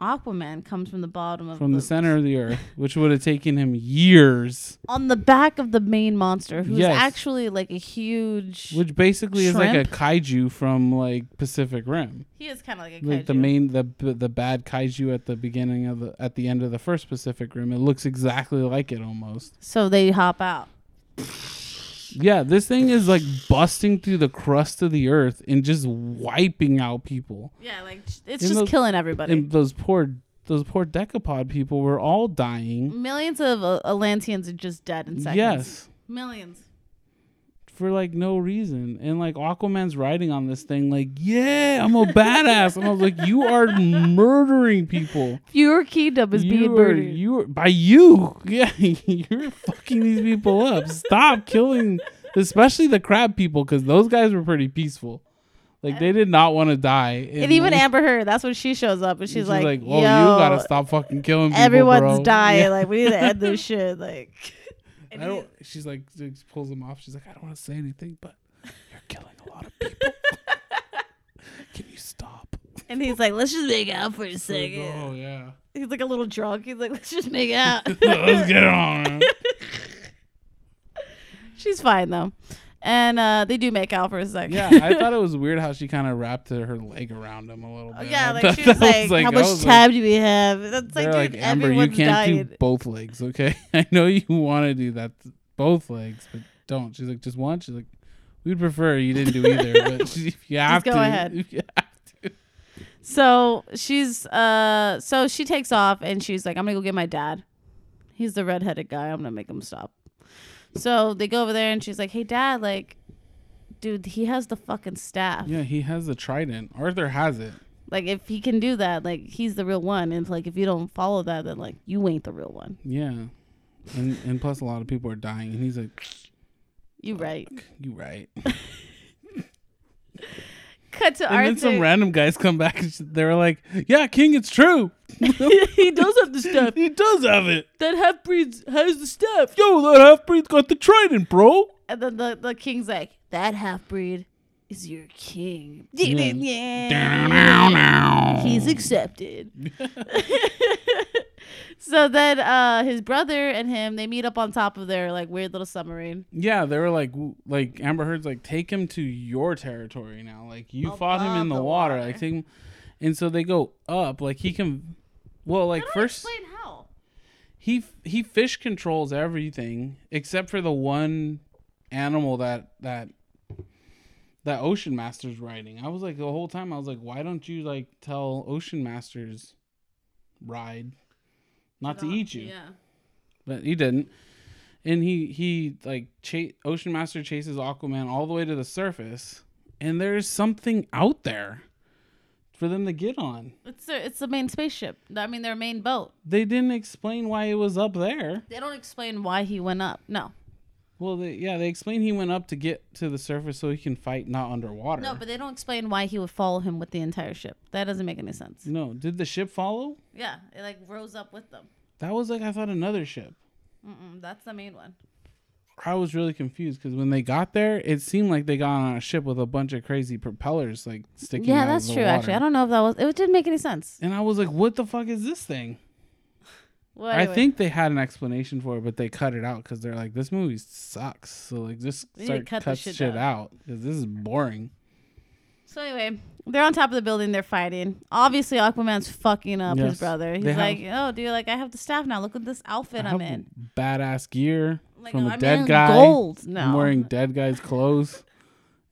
Speaker 1: Aquaman comes from the bottom of
Speaker 2: from the center of the earth, which would have taken him years.
Speaker 1: on the back of the main monster, who's
Speaker 2: Yes.
Speaker 1: actually like a huge.
Speaker 2: Which basically is like a kaiju from like Pacific Rim,
Speaker 1: he is kind of like a
Speaker 2: like the
Speaker 1: kaiju.
Speaker 2: main the the bad kaiju at the beginning of the at the end of the first Pacific Rim. It looks exactly like it almost.
Speaker 1: So they hop out.
Speaker 2: Yeah, this thing is like busting through the crust of the earth and just wiping out people.
Speaker 1: Yeah, like it's
Speaker 2: In
Speaker 1: just
Speaker 2: the-
Speaker 1: killing everybody.
Speaker 2: And those poor those poor decapod people were all dying.
Speaker 1: Millions of uh, Atlanteans are just dead in seconds.
Speaker 2: Yes.
Speaker 1: millions.
Speaker 2: For like no reason, and like Aquaman's riding on this thing, like, yeah, I'm a badass, and I was like, you are murdering people.
Speaker 1: Your kingdom is being
Speaker 2: you are,
Speaker 1: murdered.
Speaker 2: you are, by you. Yeah, you're fucking these people up. Stop killing, especially the crab people, because those guys were pretty peaceful. Like they did not want to die.
Speaker 1: and even Amber Heard, that's when she shows up, and she's,
Speaker 2: she's
Speaker 1: like,
Speaker 2: "Oh,
Speaker 1: "Yo,
Speaker 2: you gotta stop fucking killing people,
Speaker 1: everyone's
Speaker 2: bro."
Speaker 1: dying.
Speaker 2: Yeah.
Speaker 1: Like, we need to end this shit." Like, and
Speaker 2: I
Speaker 1: he-
Speaker 2: don't. She's like just pulls him off. She's like, "I don't want to say anything, but you're killing a lot of people. Can you stop?"
Speaker 1: And he's like, let's just make out for a
Speaker 2: Like,
Speaker 1: second.
Speaker 2: oh yeah.
Speaker 1: He's like a little drunk. He's like, let's just make out.
Speaker 2: Let's get it on. man.
Speaker 1: She's fine though. And uh, they do make out for a second.
Speaker 2: Yeah, I thought it was weird how she kind of wrapped her, her leg around him a little
Speaker 1: Oh,
Speaker 2: bit.
Speaker 1: yeah,
Speaker 2: I
Speaker 1: like
Speaker 2: thought
Speaker 1: she was
Speaker 2: that
Speaker 1: like,
Speaker 2: I
Speaker 1: how much
Speaker 2: was
Speaker 1: time do we have? That's like,
Speaker 2: they're
Speaker 1: dude,
Speaker 2: like, Amber, you
Speaker 1: everyone's
Speaker 2: can't
Speaker 1: dying.
Speaker 2: do both legs, okay? I know you want to do that, both legs, but don't. She's like, just one. She's like, we'd prefer you didn't do either, but she- if you have
Speaker 1: go
Speaker 2: to,
Speaker 1: ahead.
Speaker 2: if you have to.
Speaker 1: So she's uh, so she takes off and she's like, I'm gonna go get my dad. He's the redheaded guy. I'm gonna make him stop. So they go over there and she's like, Hey, dad, like, dude, he has the fucking staff.
Speaker 2: Yeah, he has the trident. Arthur has it.
Speaker 1: Like, if he can do that, like, he's the real one. And like, if you don't follow that, then like, you ain't the real one.
Speaker 2: Yeah, and and plus a lot of people are dying, and he's like,
Speaker 1: You right.
Speaker 2: you right.
Speaker 1: Cut to
Speaker 2: And then some random guys come back, and sh- they're like, yeah, King, it's true.
Speaker 1: he does have the stuff.
Speaker 2: He does have it.
Speaker 1: That half breeds has the stuff.
Speaker 2: Yo, that half breed's got the trident, bro.
Speaker 1: And then the, the king's like, that half breed is your king. Yeah.
Speaker 2: Now, now.
Speaker 1: He's accepted. So then uh, his brother and him they meet up on top of their like weird little submarine.
Speaker 2: Yeah, they were like, w- like Amber Heard's like, take him to your territory now. Like you fought him in
Speaker 1: Above
Speaker 2: the,
Speaker 1: the
Speaker 2: water.
Speaker 1: water.
Speaker 2: Like take him, and so they go up. Like he can, well, like first
Speaker 1: explain how.
Speaker 2: he f- he fish controls everything except for the one animal that that that Ocean Master's riding. I was like the whole time I was like, why don't you like tell Ocean Master's ride not to eat you?
Speaker 1: Yeah.
Speaker 2: but he didn't. And he he like cha- Ocean Master chases Aquaman all the way to the surface, and there's something out there for them to get on.
Speaker 1: It's their, it's the main spaceship. I mean their main boat.
Speaker 2: They didn't explain why it was up there.
Speaker 1: They don't explain why he went up. No.
Speaker 2: Well, they, yeah, they explain he went up to get to the surface so he can fight not underwater.
Speaker 1: No, but they don't explain why he would follow him with the entire ship. That doesn't make any sense.
Speaker 2: no, did the ship follow?
Speaker 1: Yeah, it like rose up with them.
Speaker 2: That was like I thought another ship.
Speaker 1: Mm-mm, that's the main one.
Speaker 2: I was really confused because when they got there, it seemed like they got on a ship with a bunch of crazy propellers like sticking.
Speaker 1: Yeah,
Speaker 2: out
Speaker 1: that's
Speaker 2: of the
Speaker 1: true.
Speaker 2: Water.
Speaker 1: Actually, I don't know if that was. It didn't make any sense.
Speaker 2: And I was like, "What the fuck is this thing?"
Speaker 1: Well,
Speaker 2: I
Speaker 1: anyway.
Speaker 2: think they had an explanation for it, but they cut it out because they're like, "This movie sucks." So like, just
Speaker 1: They need to
Speaker 2: start
Speaker 1: cut
Speaker 2: cut,
Speaker 1: this shit
Speaker 2: shit, out because this is boring.
Speaker 1: So anyway, they're on top of the building. They're fighting. Obviously, Aquaman's fucking up his
Speaker 2: Yes.
Speaker 1: brother. He's
Speaker 2: They have-
Speaker 1: like, "Oh, dude, like I have the staff now. Look at this outfit
Speaker 2: I
Speaker 1: I'm
Speaker 2: have
Speaker 1: in.
Speaker 2: badass gear
Speaker 1: Like,
Speaker 2: from
Speaker 1: I'm
Speaker 2: a
Speaker 1: in
Speaker 2: dead guy.
Speaker 1: gold. No,
Speaker 2: I'm wearing dead guy's clothes,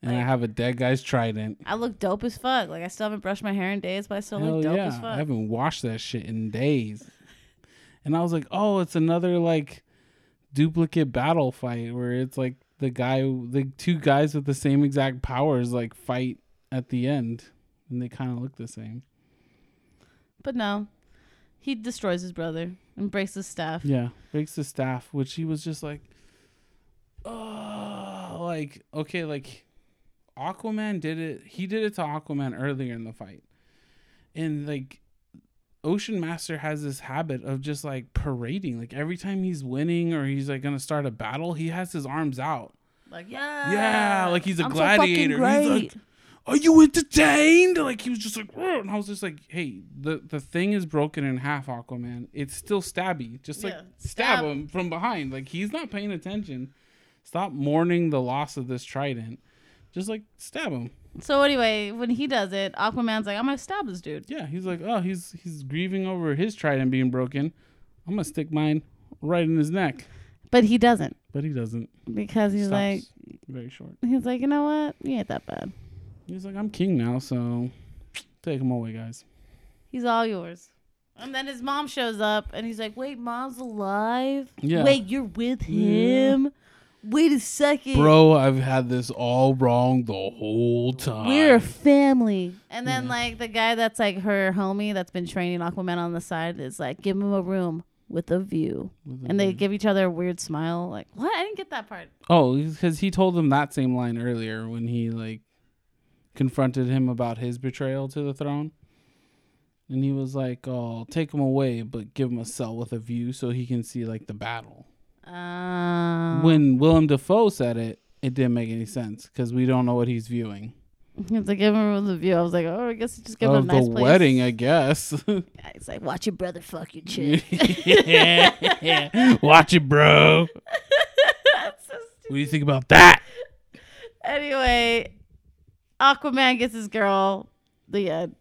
Speaker 2: and I have a dead guy's trident.
Speaker 1: I look dope as fuck. Like I still haven't brushed my hair in days, but I still
Speaker 2: Hell
Speaker 1: look dope as
Speaker 2: yeah! I
Speaker 1: fuck.
Speaker 2: haven't washed that shit in days. And I was like, "Oh, it's another like duplicate battle fight where it's like the guy, the two guys with the same exact powers, like fight at the end." And they kind of look the same.
Speaker 1: But no, he destroys his brother and breaks his staff.
Speaker 2: Yeah, breaks the staff, which he was just like, oh, like okay, like Aquaman did it. He did it to Aquaman earlier in the fight, and like Ocean Master has this habit of just like parading. Like every time he's winning or he's like gonna start a battle, he has his arms out.
Speaker 1: Like yeah,
Speaker 2: Yeah, like he's a
Speaker 1: I'm so fucking
Speaker 2: gladiator. He's like,
Speaker 1: great.
Speaker 2: are you entertained? Like he was just like, "Whoa," and I was just like, hey, the the thing is broken in half, Aquaman. It's still stabby. Just like
Speaker 1: Yeah,
Speaker 2: stab,
Speaker 1: stab.
Speaker 2: him from behind. Like he's not paying attention. Stop mourning the loss of this trident. Just like stab him.
Speaker 1: so anyway, when he does it, Aquaman's like, "I'm gonna stab this dude."
Speaker 2: Yeah, he's like, oh, he's he's grieving over his trident being broken. I'm gonna stick mine right in his neck,
Speaker 1: But he doesn't
Speaker 2: but he doesn't.
Speaker 1: because he's like,
Speaker 2: Stops very short.
Speaker 1: he's like, you know what? You ain't that bad.
Speaker 2: He's like, I'm king now, so take him away, guys.
Speaker 1: He's all yours. And then his mom shows up and he's like, Wait, mom's alive?
Speaker 2: Yeah.
Speaker 1: Wait, you're with him? Wait a second.
Speaker 2: Bro, I've had this all wrong the whole time.
Speaker 1: We're a family. And then,
Speaker 2: Yeah.
Speaker 1: like, the guy that's like her homie that's been training Aquaman on the side is like, Give him a room with a view. And they give each other a weird smile. Like, What? I didn't get that part.
Speaker 2: oh, because he told them that same line earlier when he like confronted him about his betrayal to the throne, and he was like, "Oh, take him away, but give him a cell with a view so he can see like the battle."
Speaker 1: Uh,
Speaker 2: When Willem Dafoe said it, it didn't make any sense because we don't know what he's viewing.
Speaker 1: It's like, Give him a room with a view. I was like, Oh, I guess just give him a
Speaker 2: Of
Speaker 1: nice
Speaker 2: the
Speaker 1: place.
Speaker 2: wedding, I guess.
Speaker 1: It's like, Watch your brother fuck your chick.
Speaker 2: yeah. Watch it, bro.
Speaker 1: That's so stupid.
Speaker 2: What do you think about that?
Speaker 1: Anyway, Aquaman gets his girl. The end.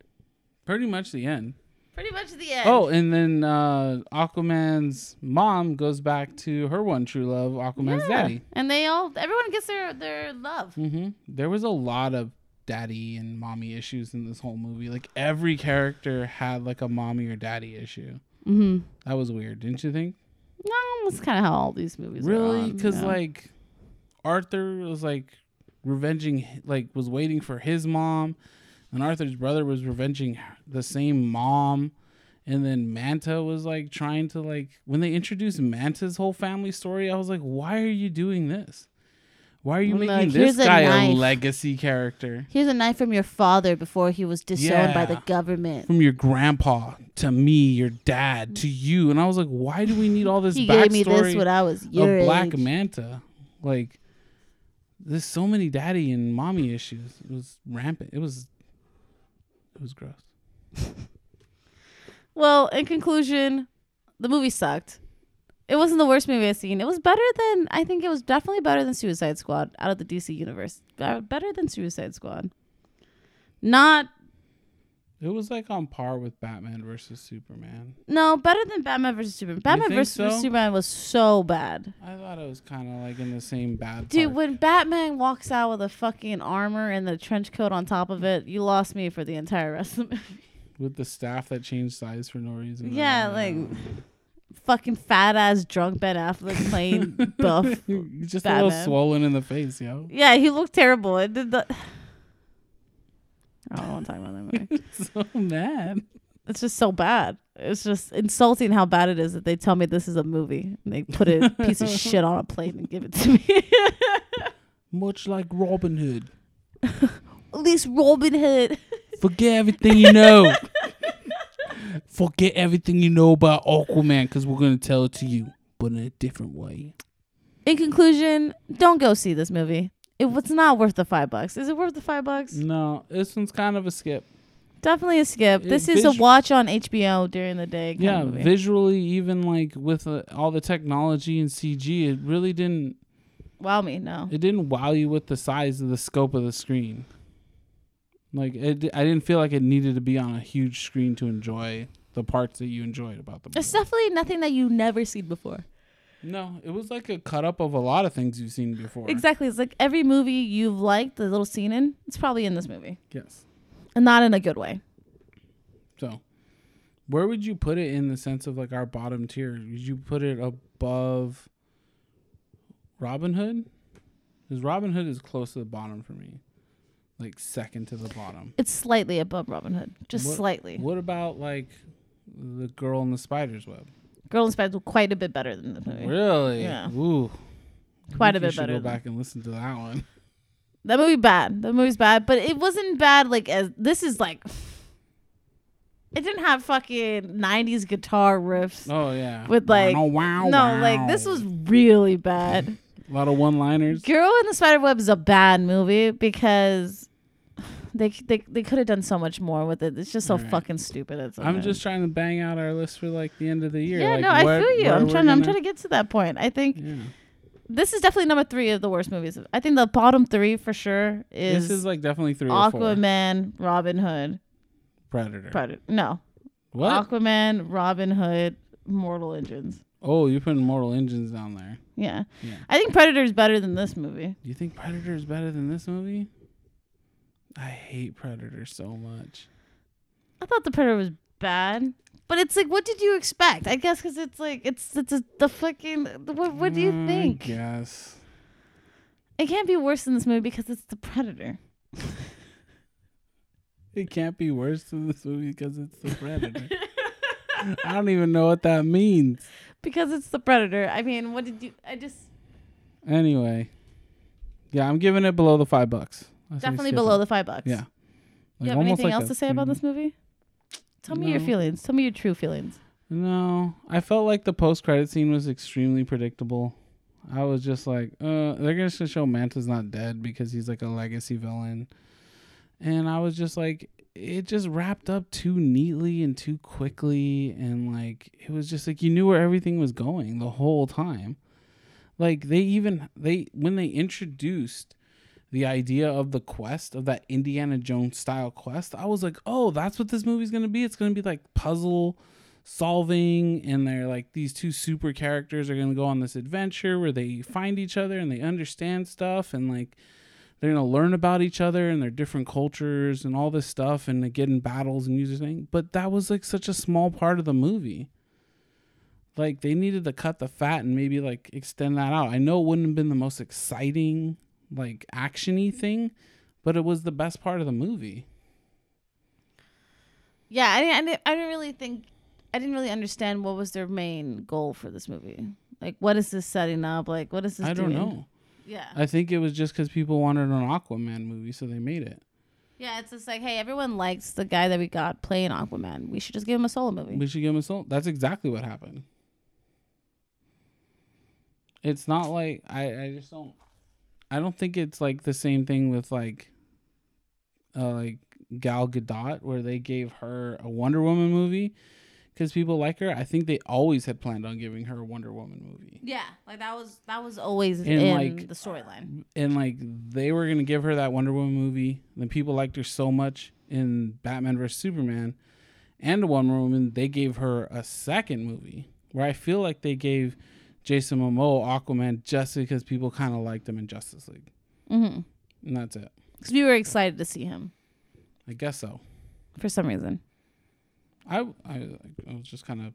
Speaker 2: Pretty much the end.
Speaker 1: Pretty much the end.
Speaker 2: Oh, and then uh, Aquaman's mom goes back to her one true love, Aquaman's daddy.
Speaker 1: And they all, everyone gets their their love.
Speaker 2: hmm There was a lot of daddy and mommy issues in this whole movie. Like every character had like a mommy or daddy issue.
Speaker 1: Mm-hmm.
Speaker 2: That was weird, didn't you think?
Speaker 1: No, that's kind of how all these movies.
Speaker 2: Really? Because
Speaker 1: Because
Speaker 2: like Arthur was like revenging, like was waiting for his mom, and Arthur's brother was revenging the same mom, and then Manta was like trying to like when they introduced Manta's whole family story, I was like, why are you doing this? Why are you
Speaker 1: Look,
Speaker 2: making
Speaker 1: here's
Speaker 2: this
Speaker 1: a
Speaker 2: guy a
Speaker 1: knife.
Speaker 2: legacy character?
Speaker 1: here's a knife from your father before he was disowned by
Speaker 2: Yeah.
Speaker 1: the government.
Speaker 2: From your grandpa to me, your dad to you, and I was like, why do we need all this?
Speaker 1: He
Speaker 2: backstory?
Speaker 1: gave me this when I was your
Speaker 2: of Black
Speaker 1: age.
Speaker 2: Manta. Like, there's so many daddy and mommy issues. It was rampant. It was, it was gross.
Speaker 1: Well, in conclusion, the movie sucked. It wasn't the worst movie I've seen. It was better than I think it was definitely better than Suicide Squad out of the DC universe. Be- Better than Suicide Squad. Not
Speaker 2: It was like on par with Batman versus Superman.
Speaker 1: no better than Batman versus Superman. Batman
Speaker 2: think
Speaker 1: versus
Speaker 2: so?
Speaker 1: Superman was so bad.
Speaker 2: I thought it was kind of like in the same bad.
Speaker 1: Dude,
Speaker 2: part.
Speaker 1: when Batman walks out with a fucking armor and the trench coat on top of it, you lost me for the entire rest of the movie.
Speaker 2: with the staff that changed size for no reason.
Speaker 1: Yeah,
Speaker 2: Uh,
Speaker 1: like fucking fat ass drunk Ben Affleck playing buff.
Speaker 2: just a little
Speaker 1: Batman.
Speaker 2: swollen in the face, yo.
Speaker 1: Yeah, he looked terrible. It did the. I don't want to talk about that movie.
Speaker 2: so mad.
Speaker 1: It's just so bad. It's just insulting how bad it is that they tell me this is a movie. And they put a piece of shit on a plate and give it to me.
Speaker 2: Much like Robin Hood,
Speaker 1: At least Robin Hood.
Speaker 2: forget everything you know. forget everything you know about Aquaman, because we're gonna tell it to you, but in a different way.
Speaker 1: In conclusion, don't go see this movie. It was not worth the five bucks. Is it worth the five bucks?
Speaker 2: No, this one's kind of a skip.
Speaker 1: Definitely a skip.
Speaker 2: It
Speaker 1: This is a
Speaker 2: visu-
Speaker 1: watch on HBO during the day. Kind
Speaker 2: yeah,
Speaker 1: of movie.
Speaker 2: visually, even like with uh, all the technology and CG, it really didn't.
Speaker 1: wow me, no.
Speaker 2: It didn't wow you with the size of the scope of the screen. Like it, I didn't feel like it needed to be on a huge screen to enjoy the parts that you enjoyed about the movie.
Speaker 1: It's definitely nothing that you've never seen before.
Speaker 2: No, it was like a cut up of a lot of things you've seen before.
Speaker 1: Exactly. It's like every movie you've liked, the little scene in, it's probably in this movie.
Speaker 2: Yes.
Speaker 1: And not in a good way.
Speaker 2: So, where would you put it in the sense of like our bottom tier? Would you put it above Robin Hood? Because Robin Hood is close to the bottom for me, like second to the bottom.
Speaker 1: It's slightly above Robin Hood. Just
Speaker 2: What-
Speaker 1: slightly.
Speaker 2: What about like the girl in the spider's web?
Speaker 1: Girl in Spider's quite a bit better than the movie.
Speaker 2: Really?
Speaker 1: Yeah.
Speaker 2: Ooh.
Speaker 1: Quite a
Speaker 2: Think you
Speaker 1: bit
Speaker 2: should
Speaker 1: better
Speaker 2: Go
Speaker 1: than-
Speaker 2: back and listen to that one.
Speaker 1: That movie bad. That movie's bad. But it wasn't bad like as this is like it didn't have fucking nineties guitar riffs.
Speaker 2: Oh yeah.
Speaker 1: With, like-
Speaker 2: Wow, wow,
Speaker 1: no, like this
Speaker 2: Oh, wow.
Speaker 1: was really bad.
Speaker 2: a lot of one-liners.
Speaker 1: Girl in the Spider Web is a bad movie because they they, they could have done so much more with it. It's just so
Speaker 2: All right.
Speaker 1: fucking stupid. It's
Speaker 2: I'm just trying to bang out our list for like the end of the year.
Speaker 1: yeah,
Speaker 2: like,
Speaker 1: no, I
Speaker 2: what-
Speaker 1: feel you.
Speaker 2: where
Speaker 1: I'm
Speaker 2: we're
Speaker 1: trying. I'm
Speaker 2: gonna-
Speaker 1: trying to get to that point. I think
Speaker 2: Yeah.
Speaker 1: this is definitely number three of the worst movies. I think the bottom three for sure is,
Speaker 2: This is like definitely three or four.
Speaker 1: Aquaman, Robin Hood,
Speaker 2: Predator.
Speaker 1: Predator. No,
Speaker 2: what?
Speaker 1: Aquaman, Robin Hood, Mortal Engines.
Speaker 2: oh, you're putting Mortal Engines down there.
Speaker 1: Yeah.
Speaker 2: Yeah.
Speaker 1: I think Predator is better than this movie.
Speaker 2: Do you think Predator is better than this movie? I hate Predator so much.
Speaker 1: I thought the Predator was bad, but it's like, what did you expect? I guess because it's like, it's it's a, the fucking. What, what do
Speaker 2: Mm,
Speaker 1: you think?
Speaker 2: Yes.
Speaker 1: It can't be worse than this movie because it's the Predator.
Speaker 2: It can't be worse than this movie because it's the Predator. I don't even know what that means.
Speaker 1: Because it's the Predator. I mean, what did you? I just
Speaker 2: Anyway, yeah, I'm giving it below the five bucks. I say
Speaker 1: definitely
Speaker 2: skip
Speaker 1: below
Speaker 2: it.
Speaker 1: the five bucks.
Speaker 2: Yeah.
Speaker 1: You
Speaker 2: Like,
Speaker 1: have
Speaker 2: almost
Speaker 1: anything
Speaker 2: like
Speaker 1: else
Speaker 2: a
Speaker 1: to say about
Speaker 2: three.
Speaker 1: this movie? Tell me your
Speaker 2: No.
Speaker 1: feelings. Tell me your true feelings.
Speaker 2: No, I felt like the post credit scene was extremely predictable. I was just like, uh, they're just gonna show Manta's not dead because he's like a legacy villain, and I was just like, it just wrapped up too neatly and too quickly, and like it was just like you knew where everything was going the whole time. Like they even they when they introduced the idea of the quest of that Indiana Jones style quest, I was like, oh, that's what this movie's gonna be. It's gonna be like puzzle solving and they're like these two super characters are going to go on this adventure where they find each other and they understand stuff and like they're going to learn about each other and their different cultures and all this stuff and they get in battles and use this thing but that was like such a small part of the movie like they needed to cut the fat and maybe like extend that out i know it wouldn't have been the most exciting like actiony thing but it was the best part of the movie
Speaker 1: Yeah, I didn't, I didn't. I didn't really think. I didn't really understand what was their main goal for this movie. Like, what is this setting up? Like, what is this?
Speaker 2: i don't
Speaker 1: doing?
Speaker 2: know
Speaker 1: Yeah.
Speaker 2: i think it was just because people wanted an aquaman movie so they made it
Speaker 1: Yeah, it's just like, hey, everyone likes the guy that we got playing Aquaman. We should just give him a solo movie.
Speaker 2: We should give him a soul. That's exactly what happened. It's not like I, I just don't I don't think it's like the same thing with like uh like Gal Gadot where they gave her a Wonder Woman movie, because people like her. I think they always had planned on giving her a Wonder Woman movie,
Speaker 1: Yeah, like that was that was always
Speaker 2: And,
Speaker 1: in
Speaker 2: like,
Speaker 1: the storyline.
Speaker 2: and like they were gonna give her that Wonder Woman movie. Then people liked her so much in Batman vs Superman and Wonder Woman, they gave her a second movie where I feel like they gave Jason Momoa Aquaman just because people kind of liked him in Justice League,
Speaker 1: Mm-hmm.
Speaker 2: and that's it.
Speaker 1: Because we were excited to see him
Speaker 2: I guess so.
Speaker 1: for some reason.
Speaker 2: I I, I was just kind of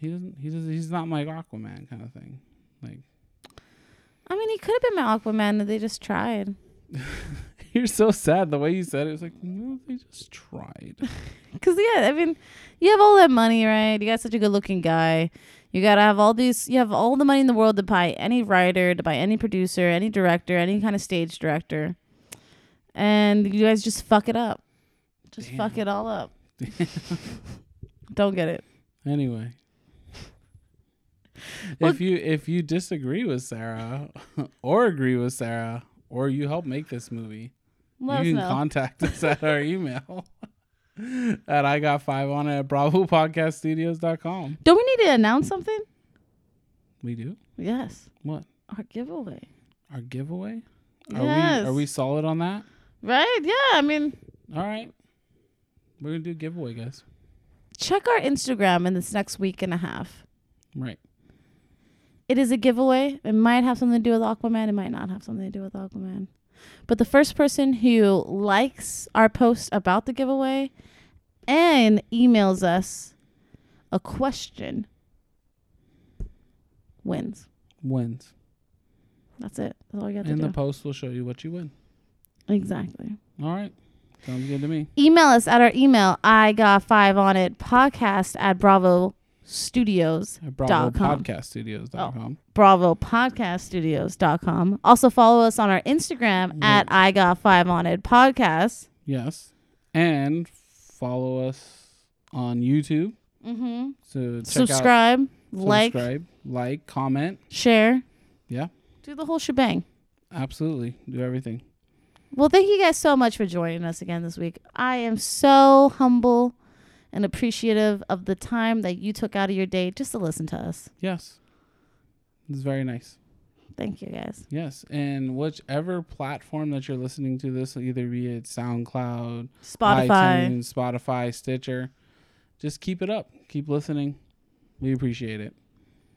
Speaker 2: he doesn't he does he's not like Aquaman kind of thing. Like
Speaker 1: I mean, he could have been my Aquaman that they just tried.
Speaker 2: you're so sad the way you said it. It's like no, they just tried.
Speaker 1: Cause yeah, I mean, you have all that money, right? You got such a good-looking guy. You gotta have all these. You have all the money in the world to buy any writer, to buy any producer, any director, any kind of stage director, and you guys just fuck it up. Just
Speaker 2: Damn.
Speaker 1: fuck it all up. Don't get it.
Speaker 2: anyway.
Speaker 1: Well-
Speaker 2: if you if you disagree with Sarah or agree with Sarah or you help make this movie,
Speaker 1: Let us
Speaker 2: you can
Speaker 1: know.
Speaker 2: contact us at our email at I got five on it at bravopodcaststudios.com.
Speaker 1: Don't we need to announce something?
Speaker 2: We do
Speaker 1: Yes.
Speaker 2: What?
Speaker 1: Our giveaway.
Speaker 2: our giveaway. Are
Speaker 1: Yes.
Speaker 2: we are we solid on that?
Speaker 1: Right? Yeah. I mean,
Speaker 2: All right. We're going to do a giveaway, guys.
Speaker 1: check our Instagram in this next week and a half.
Speaker 2: Right.
Speaker 1: It is a giveaway. It might have something to do with Aquaman. It might not have something to do with Aquaman. But the first person who likes our post about the giveaway and emails us a question wins.
Speaker 2: Wins.
Speaker 1: That's it. That's all you got to
Speaker 2: And the
Speaker 1: do.
Speaker 2: post will show you what you win.
Speaker 1: exactly.
Speaker 2: All right. Sounds good to me.
Speaker 1: email us at our email i got five on it podcast at bravo studios
Speaker 2: At
Speaker 1: Dot com.
Speaker 2: BravoPodcastStudios.com.
Speaker 1: bravo podcast studios.com also follow us on our instagram at i got five on it podcast
Speaker 2: Yes. And follow us on YouTube.
Speaker 1: mm-hmm.
Speaker 2: So check out,
Speaker 1: subscribe like
Speaker 2: subscribe, like, comment.
Speaker 1: share
Speaker 2: Yeah.
Speaker 1: do the whole shebang
Speaker 2: Absolutely. Do everything.
Speaker 1: well thank you guys so much for joining us again this week i am so humble and appreciative of the time that you took out of your day just to listen to us
Speaker 2: Yes. It's very nice.
Speaker 1: thank you guys
Speaker 2: Yes. And whichever platform that you're listening to this, either be it SoundCloud,
Speaker 1: spotify
Speaker 2: iTunes, Spotify, Stitcher. Just keep it up. Keep listening. We appreciate it.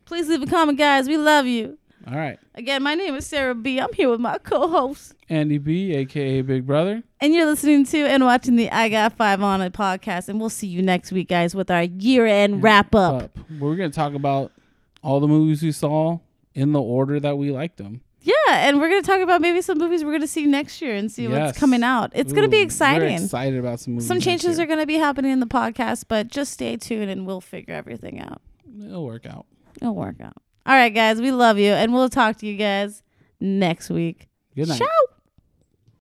Speaker 1: please leave a comment guys we love you
Speaker 2: All right.
Speaker 1: Again, my name is Sarah B. I'm here with my co-host,
Speaker 2: Andy B, aka Big Brother.
Speaker 1: and you're listening to and watching the I Got Five on It podcast. And we'll see you next week, guys, with our year-end wrap up.
Speaker 2: Up. We're gonna talk about all the movies we saw in the order that we liked them.
Speaker 1: Yeah, and we're gonna talk about maybe some movies we're gonna see next year and see
Speaker 2: Yes.
Speaker 1: what's coming out. It's gonna be
Speaker 2: Ooh,
Speaker 1: exciting.
Speaker 2: We're excited about some movies.
Speaker 1: some changes are gonna be happening in the podcast, but just stay tuned and we'll figure everything out.
Speaker 2: gonna it'll work out.
Speaker 1: It'll work out. All right, guys, we love you, and we'll talk to you guys next week.
Speaker 2: Good night.
Speaker 1: Ciao.